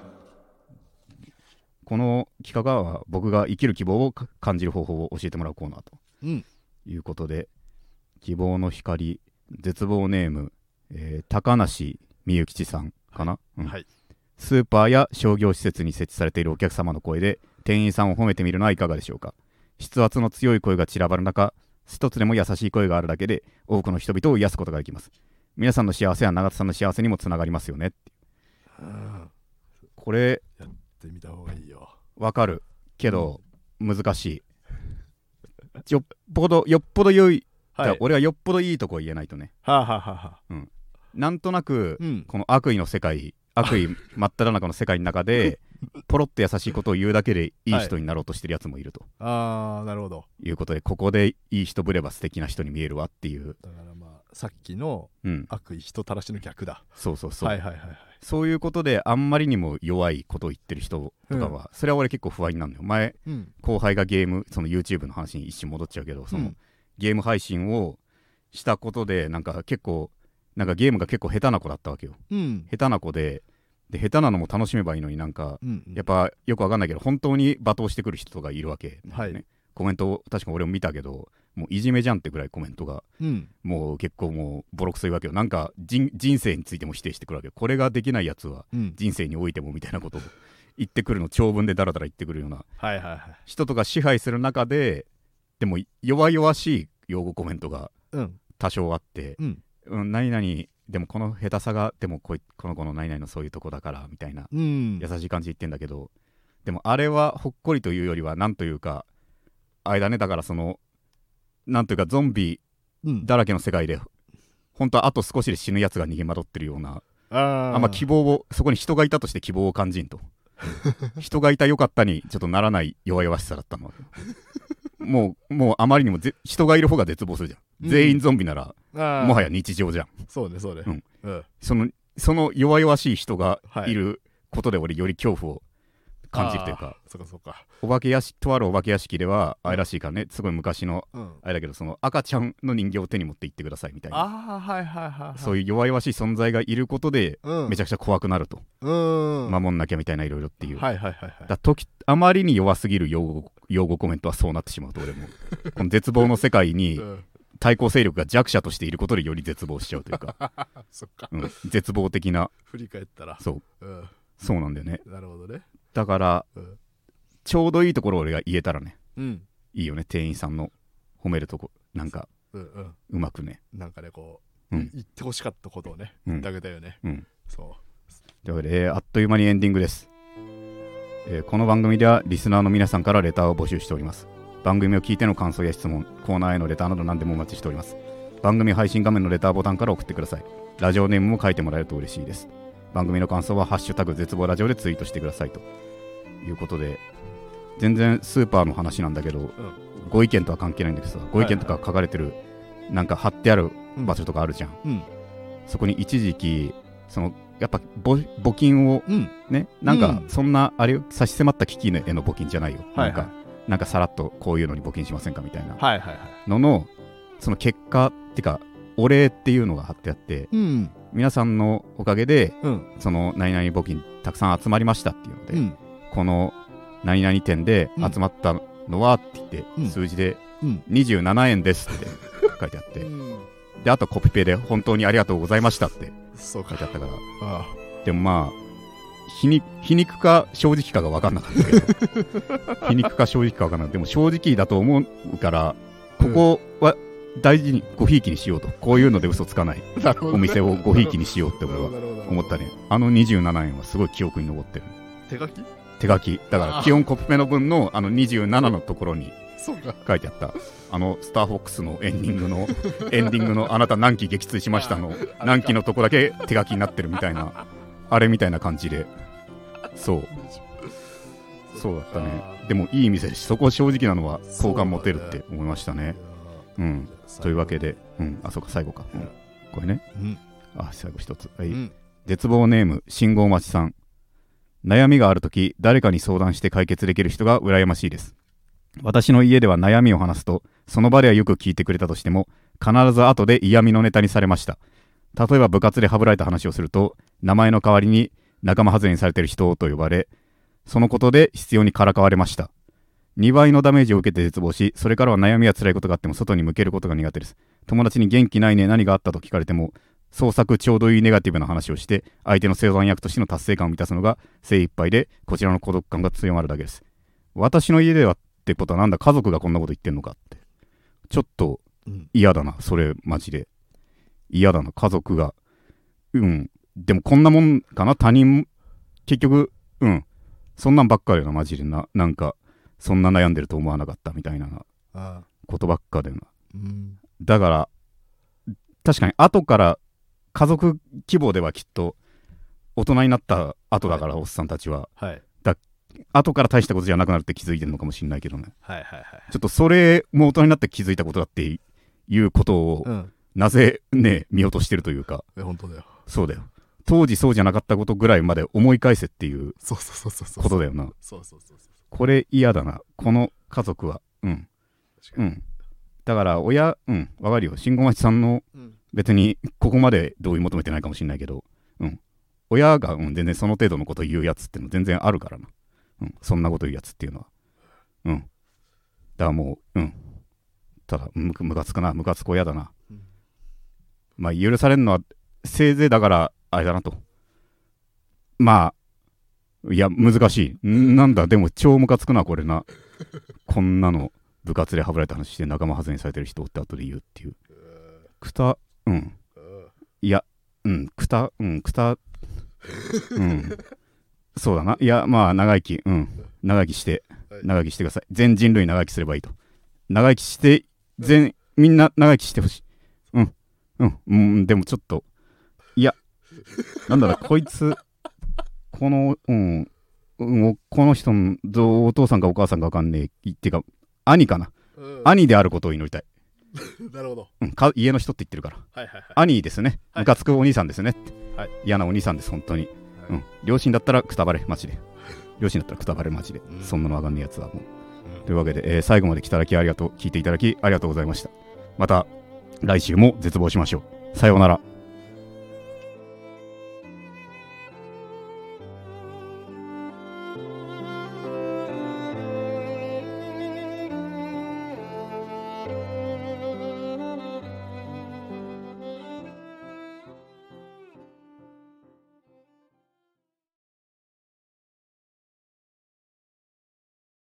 Speaker 1: この企画は僕が生きる希望をか感じる方法を教えてもらうコーナーと
Speaker 2: うん。
Speaker 1: いうことで希望の光絶望ネーム、えー高梨みゆきちさんかな、うん
Speaker 2: はい。
Speaker 1: スーパーや商業施設に設置されているお客様の声で店員さんを褒めてみるのはいかがでしょうか筆圧の強い声が散らばる中一つでも優しい声があるだけで多くの人々を癒すことができます皆さんの幸せは永田さんの幸せにもつながりますよね
Speaker 2: うん。っ
Speaker 1: これ
Speaker 2: て見た方がいいよ。
Speaker 1: わかるけど難しいよっぽどよっぽど良い、
Speaker 2: はい。
Speaker 1: 俺はよっぽどいいとこ言えないとね
Speaker 2: はあ、はあはあはあ、
Speaker 1: なんとなく
Speaker 2: うん。
Speaker 1: この悪意の世界悪意真っ只中の世界の中 でポロって優しいことを言うだけでいい人になろうとしてるやつもいると
Speaker 2: ああ、なるほど。
Speaker 1: いうことでここでいい人ぶれば素敵な人に見えるわっていう、
Speaker 2: だからまあ、さっきの
Speaker 1: うん、
Speaker 2: 悪意人たらしの逆だ。
Speaker 1: そうそうそう、
Speaker 2: はいはいはいはい。
Speaker 1: そういうことであんまりにも弱いことを言ってる人とかは、それは俺結構不安になるのよ前
Speaker 2: うん。
Speaker 1: 後輩がゲームその YouTube の話に一瞬戻っちゃうけどその、
Speaker 2: うん
Speaker 1: ゲーム配信をしたことでなんか結構なんかゲームが結構下手な子だったわけよ
Speaker 2: うん。
Speaker 1: 下手な子でで下手なのも楽しめばいいのになんか
Speaker 2: うん
Speaker 1: やっぱよくわかんないけど本当に罵倒してくる人とかいるわけ、
Speaker 2: はい
Speaker 1: コメントを確か俺も見たけどもういじめじゃんってぐらいコメントが
Speaker 2: うん。
Speaker 1: もう結構もうボロクソ言うわけよなんか人人生についても否定してくるわけよこれができないやつは
Speaker 2: うん。
Speaker 1: 人生においてもみたいなことを言ってくるの長文でダラダラ言ってくるような
Speaker 2: はいはいはい。
Speaker 1: 人とか支配する中ででも弱々しい用語コメントが
Speaker 2: うん。
Speaker 1: 多少あって、
Speaker 2: うん。
Speaker 1: うん、何々でもこの下手さがでもこいこの子の何々のそういうとこだからみたいな
Speaker 2: うん
Speaker 1: 優。しい感じで言ってんだけどでもあれはほっこりというよりはなんというかあれだねだからそのなんというかゾンビ
Speaker 2: うん。
Speaker 1: だらけの世界で本当はあと少しで死ぬやつが逃げ惑ってるような
Speaker 2: あー
Speaker 1: あんま希望をそこに人がいたとして希望を感じんと 人がいたよかったにちょっとならない弱々しさだったのもうもうあまりにもぜ人がいる方が絶望するじゃん、
Speaker 2: うん
Speaker 1: 全員ゾンビなら
Speaker 2: あー
Speaker 1: もはや日常じゃん
Speaker 2: そうね、そうね。
Speaker 1: うん。
Speaker 2: うん。
Speaker 1: そのその弱々しい人がいることで俺より恐怖を感じるというか、
Speaker 2: そっかそっか。
Speaker 1: お化け屋敷とあるお化け屋敷では
Speaker 2: うん
Speaker 1: 愛らしいからねすごい昔の
Speaker 2: うん。
Speaker 1: あれだけどその赤ちゃんの人形を手に持って行ってくださいみたいな
Speaker 2: ああ、はいはいはいはい。
Speaker 1: そう
Speaker 2: い
Speaker 1: いう弱々しい存在がいることで
Speaker 2: うん。
Speaker 1: めち
Speaker 2: ゃ
Speaker 1: ゃくちゃ怖くなると
Speaker 2: うん。
Speaker 1: 守んなきゃみたいないろいろっていうだ
Speaker 2: はいはいはいはい。
Speaker 1: 時あまりに弱すぎる用語用語コメントはそうなってしまうと 俺もこの絶望の世界に
Speaker 2: うん
Speaker 1: 対抗勢力が弱者としていることでより絶望しちゃうというか、
Speaker 2: あそっか。
Speaker 1: うん、絶望的な
Speaker 2: 振り返ったら。
Speaker 1: そう
Speaker 2: うん。
Speaker 1: そうなんだよね
Speaker 2: なるほどね。
Speaker 1: だから
Speaker 2: うん
Speaker 1: ちょうどいいところを俺が言えたらね
Speaker 2: うん。
Speaker 1: いいよね店員さんの褒めるとこなんか
Speaker 2: うんうん。
Speaker 1: うまくね
Speaker 2: なんかね、こう、
Speaker 1: うん
Speaker 2: 言ってほしかったことをね、
Speaker 1: うん
Speaker 2: 言ってあげたよね。
Speaker 1: うん
Speaker 2: そ
Speaker 1: というわけで、えーあっという間にエンディングです、えーこの番組ではリスナーの皆さんからレターを募集しております番組を聞いての感想や質問コーナーへのレターなど何でもお待ちしております番組配信画面のレターボタンから送ってくださいラジオネームも書いてもらえると嬉しいです番組の感想は「ハッシュタグ絶望ラジオ」でツイートしてくださいということで全然スーパーの話なんだけど、ご意見とは関係ないんだけどさご意見とか書かれてるなんか貼ってある
Speaker 2: う。
Speaker 1: 場所とかあるじゃん、
Speaker 2: うん。
Speaker 1: そこに一時期そのやっぱ募募金を
Speaker 2: うん。
Speaker 1: ね、なんか
Speaker 2: うん
Speaker 1: そんなあれよ差し迫った危機への募金じゃないよ、
Speaker 2: はい
Speaker 1: なん
Speaker 2: はい
Speaker 1: か。なんかさらっとこういうのに募金しませんかみたいな
Speaker 2: はいはいはい。
Speaker 1: ののその結果ってかお礼っていうのが貼ってあって
Speaker 2: うん。
Speaker 1: 皆さんのおかげで
Speaker 2: うん。
Speaker 1: その何々募金たくさん集まりましたっていうので、
Speaker 2: うん。
Speaker 1: この何々店で集まったのはって言って、
Speaker 2: うん
Speaker 1: 数字で
Speaker 2: うん。
Speaker 1: 27円ですって書いてあ って
Speaker 2: うん
Speaker 1: であとコピペで本当にありがとうございましたって
Speaker 2: そうか
Speaker 1: 書い。てあったから
Speaker 2: あ
Speaker 1: でもまあ皮肉皮肉か正直かが分かんなかったけど 皮肉か正直か分かんなかったでも正直だと思うからここは大事にごひいきにしようとこういうので嘘つかない
Speaker 2: なるほどね
Speaker 1: お店をごひいきにしようって俺は
Speaker 2: なるほどなるほど
Speaker 1: 思ったねあの27円はすごい記憶に残ってる
Speaker 2: 手書き
Speaker 1: 手書きだから
Speaker 2: あー
Speaker 1: 基本コピペの分のあの27のところに
Speaker 2: そうか
Speaker 1: 書いてあったあのスターフォックスのエンディングのエンディングの「あなた何期撃墜しましたの」
Speaker 2: あ
Speaker 1: 何期のとこだけ手書きになってるみたいなあれみたいな感じでそうそうだったねでもいい店ですそこ正直なのは好感持てるって思いましたねうんというわけでうんあそうか最後か、うんこれね
Speaker 2: うん
Speaker 1: あ最後一つは
Speaker 2: う
Speaker 1: い、
Speaker 2: ん
Speaker 1: 絶望ネーム信号待ちさん悩みがあるとき誰かに相談して解決できる人が羨ましいです私の家では悩みを話すとその場ではよく聞いてくれたとしても必ず後で嫌味のネタにされました例えば部活でハブられた話をすると名前の代わりに仲間外れにされてる人と呼ばれそのことで必要にからかわれました2倍のダメージを受けて絶望しそれからは悩みや辛いことがあっても外に向けることが苦手です友達に元気ないね何があったと聞かれても創作ちょうどいいネガティブな話をして相手の生産役としての達成感を満たすのが精一杯でこちらの孤独感が強まるだけです私の家ではってことはなんだ家族がこんなこと言ってんのかってちょっと
Speaker 2: うん
Speaker 1: 嫌だなそれマジで嫌だな家族がうんでもこんなもんかな他人結局うんそんなんばっかりよなマジでななんかそんな悩んでると思わなかったみたいな
Speaker 2: あ
Speaker 1: ことばっかだよな
Speaker 2: ーうん
Speaker 1: だから確かに後から家族規模ではきっと大人になった後だから、おっさんたちは
Speaker 2: はい
Speaker 1: 後から大したことじゃなくなるって気づいてるのかもしれないけどね
Speaker 2: はいはいはい
Speaker 1: ちょっとそれも大人になって気づいたことだっていうことを、
Speaker 2: うん
Speaker 1: なぜね見落としてるというか
Speaker 2: え本当だよ
Speaker 1: そうだよ当時そうじゃなかったことぐらいまで思い返せっていう
Speaker 2: そうそうそうそう
Speaker 1: こと
Speaker 2: で
Speaker 1: だよな
Speaker 2: そうそうそうそう
Speaker 1: これ嫌だなこの家族はうん
Speaker 2: 確
Speaker 1: う
Speaker 2: かに
Speaker 1: んだから親うんわかるよ信号待ちさんの
Speaker 2: うん
Speaker 1: 別にここまで同意求めてないかもしれないけど、うん、親が、うん、全然その程度のこと言うやつっての全然あるからな、うん、そんなこと言うやつっていうのは、うん、だからもう、うん、ただむむかつくなむかつく親だな、
Speaker 2: うん
Speaker 1: まあ許されるのはせいぜいだからあれだなとまあいや難しいんなんだでも超ムカつくなこれなこんなの部活ではぶられた話して仲間外れにされてる人って後で言うっていうくたうん
Speaker 2: うん
Speaker 1: いや、うん、くた、うん、くた、うん、そうだな。いや、まあ、長生き、うん、長生きして
Speaker 2: はい、
Speaker 1: 長生きしてください。全人類長生きすればいいと。長生きして、全、みんな長生きしてほしい。うん、うん、うん、でもちょっと、いや、なんだろう、こいつ、この、うん、うん、この人のどうお父さんかお母さんかわかんねえ、ってか、兄かな。
Speaker 2: うん
Speaker 1: 兄であることを祈りたい。
Speaker 2: なるほど
Speaker 1: うん、か家の人って言ってるから。
Speaker 2: はいはいはい
Speaker 1: 兄ですね、
Speaker 2: はい
Speaker 1: ムカつくお兄さんですね、
Speaker 2: はい
Speaker 1: 嫌なお兄さんです、本当に、うん、両親だったらくたばれ、マジで、両親だったらくたばれ、マジで、
Speaker 2: うん
Speaker 1: そんなの上がんねえやつはも
Speaker 2: うん
Speaker 1: う。というわけで、えー最後まで来ただきありがとう、聞いていただきありがとうございました。また来週も絶望しましょう。さようなら。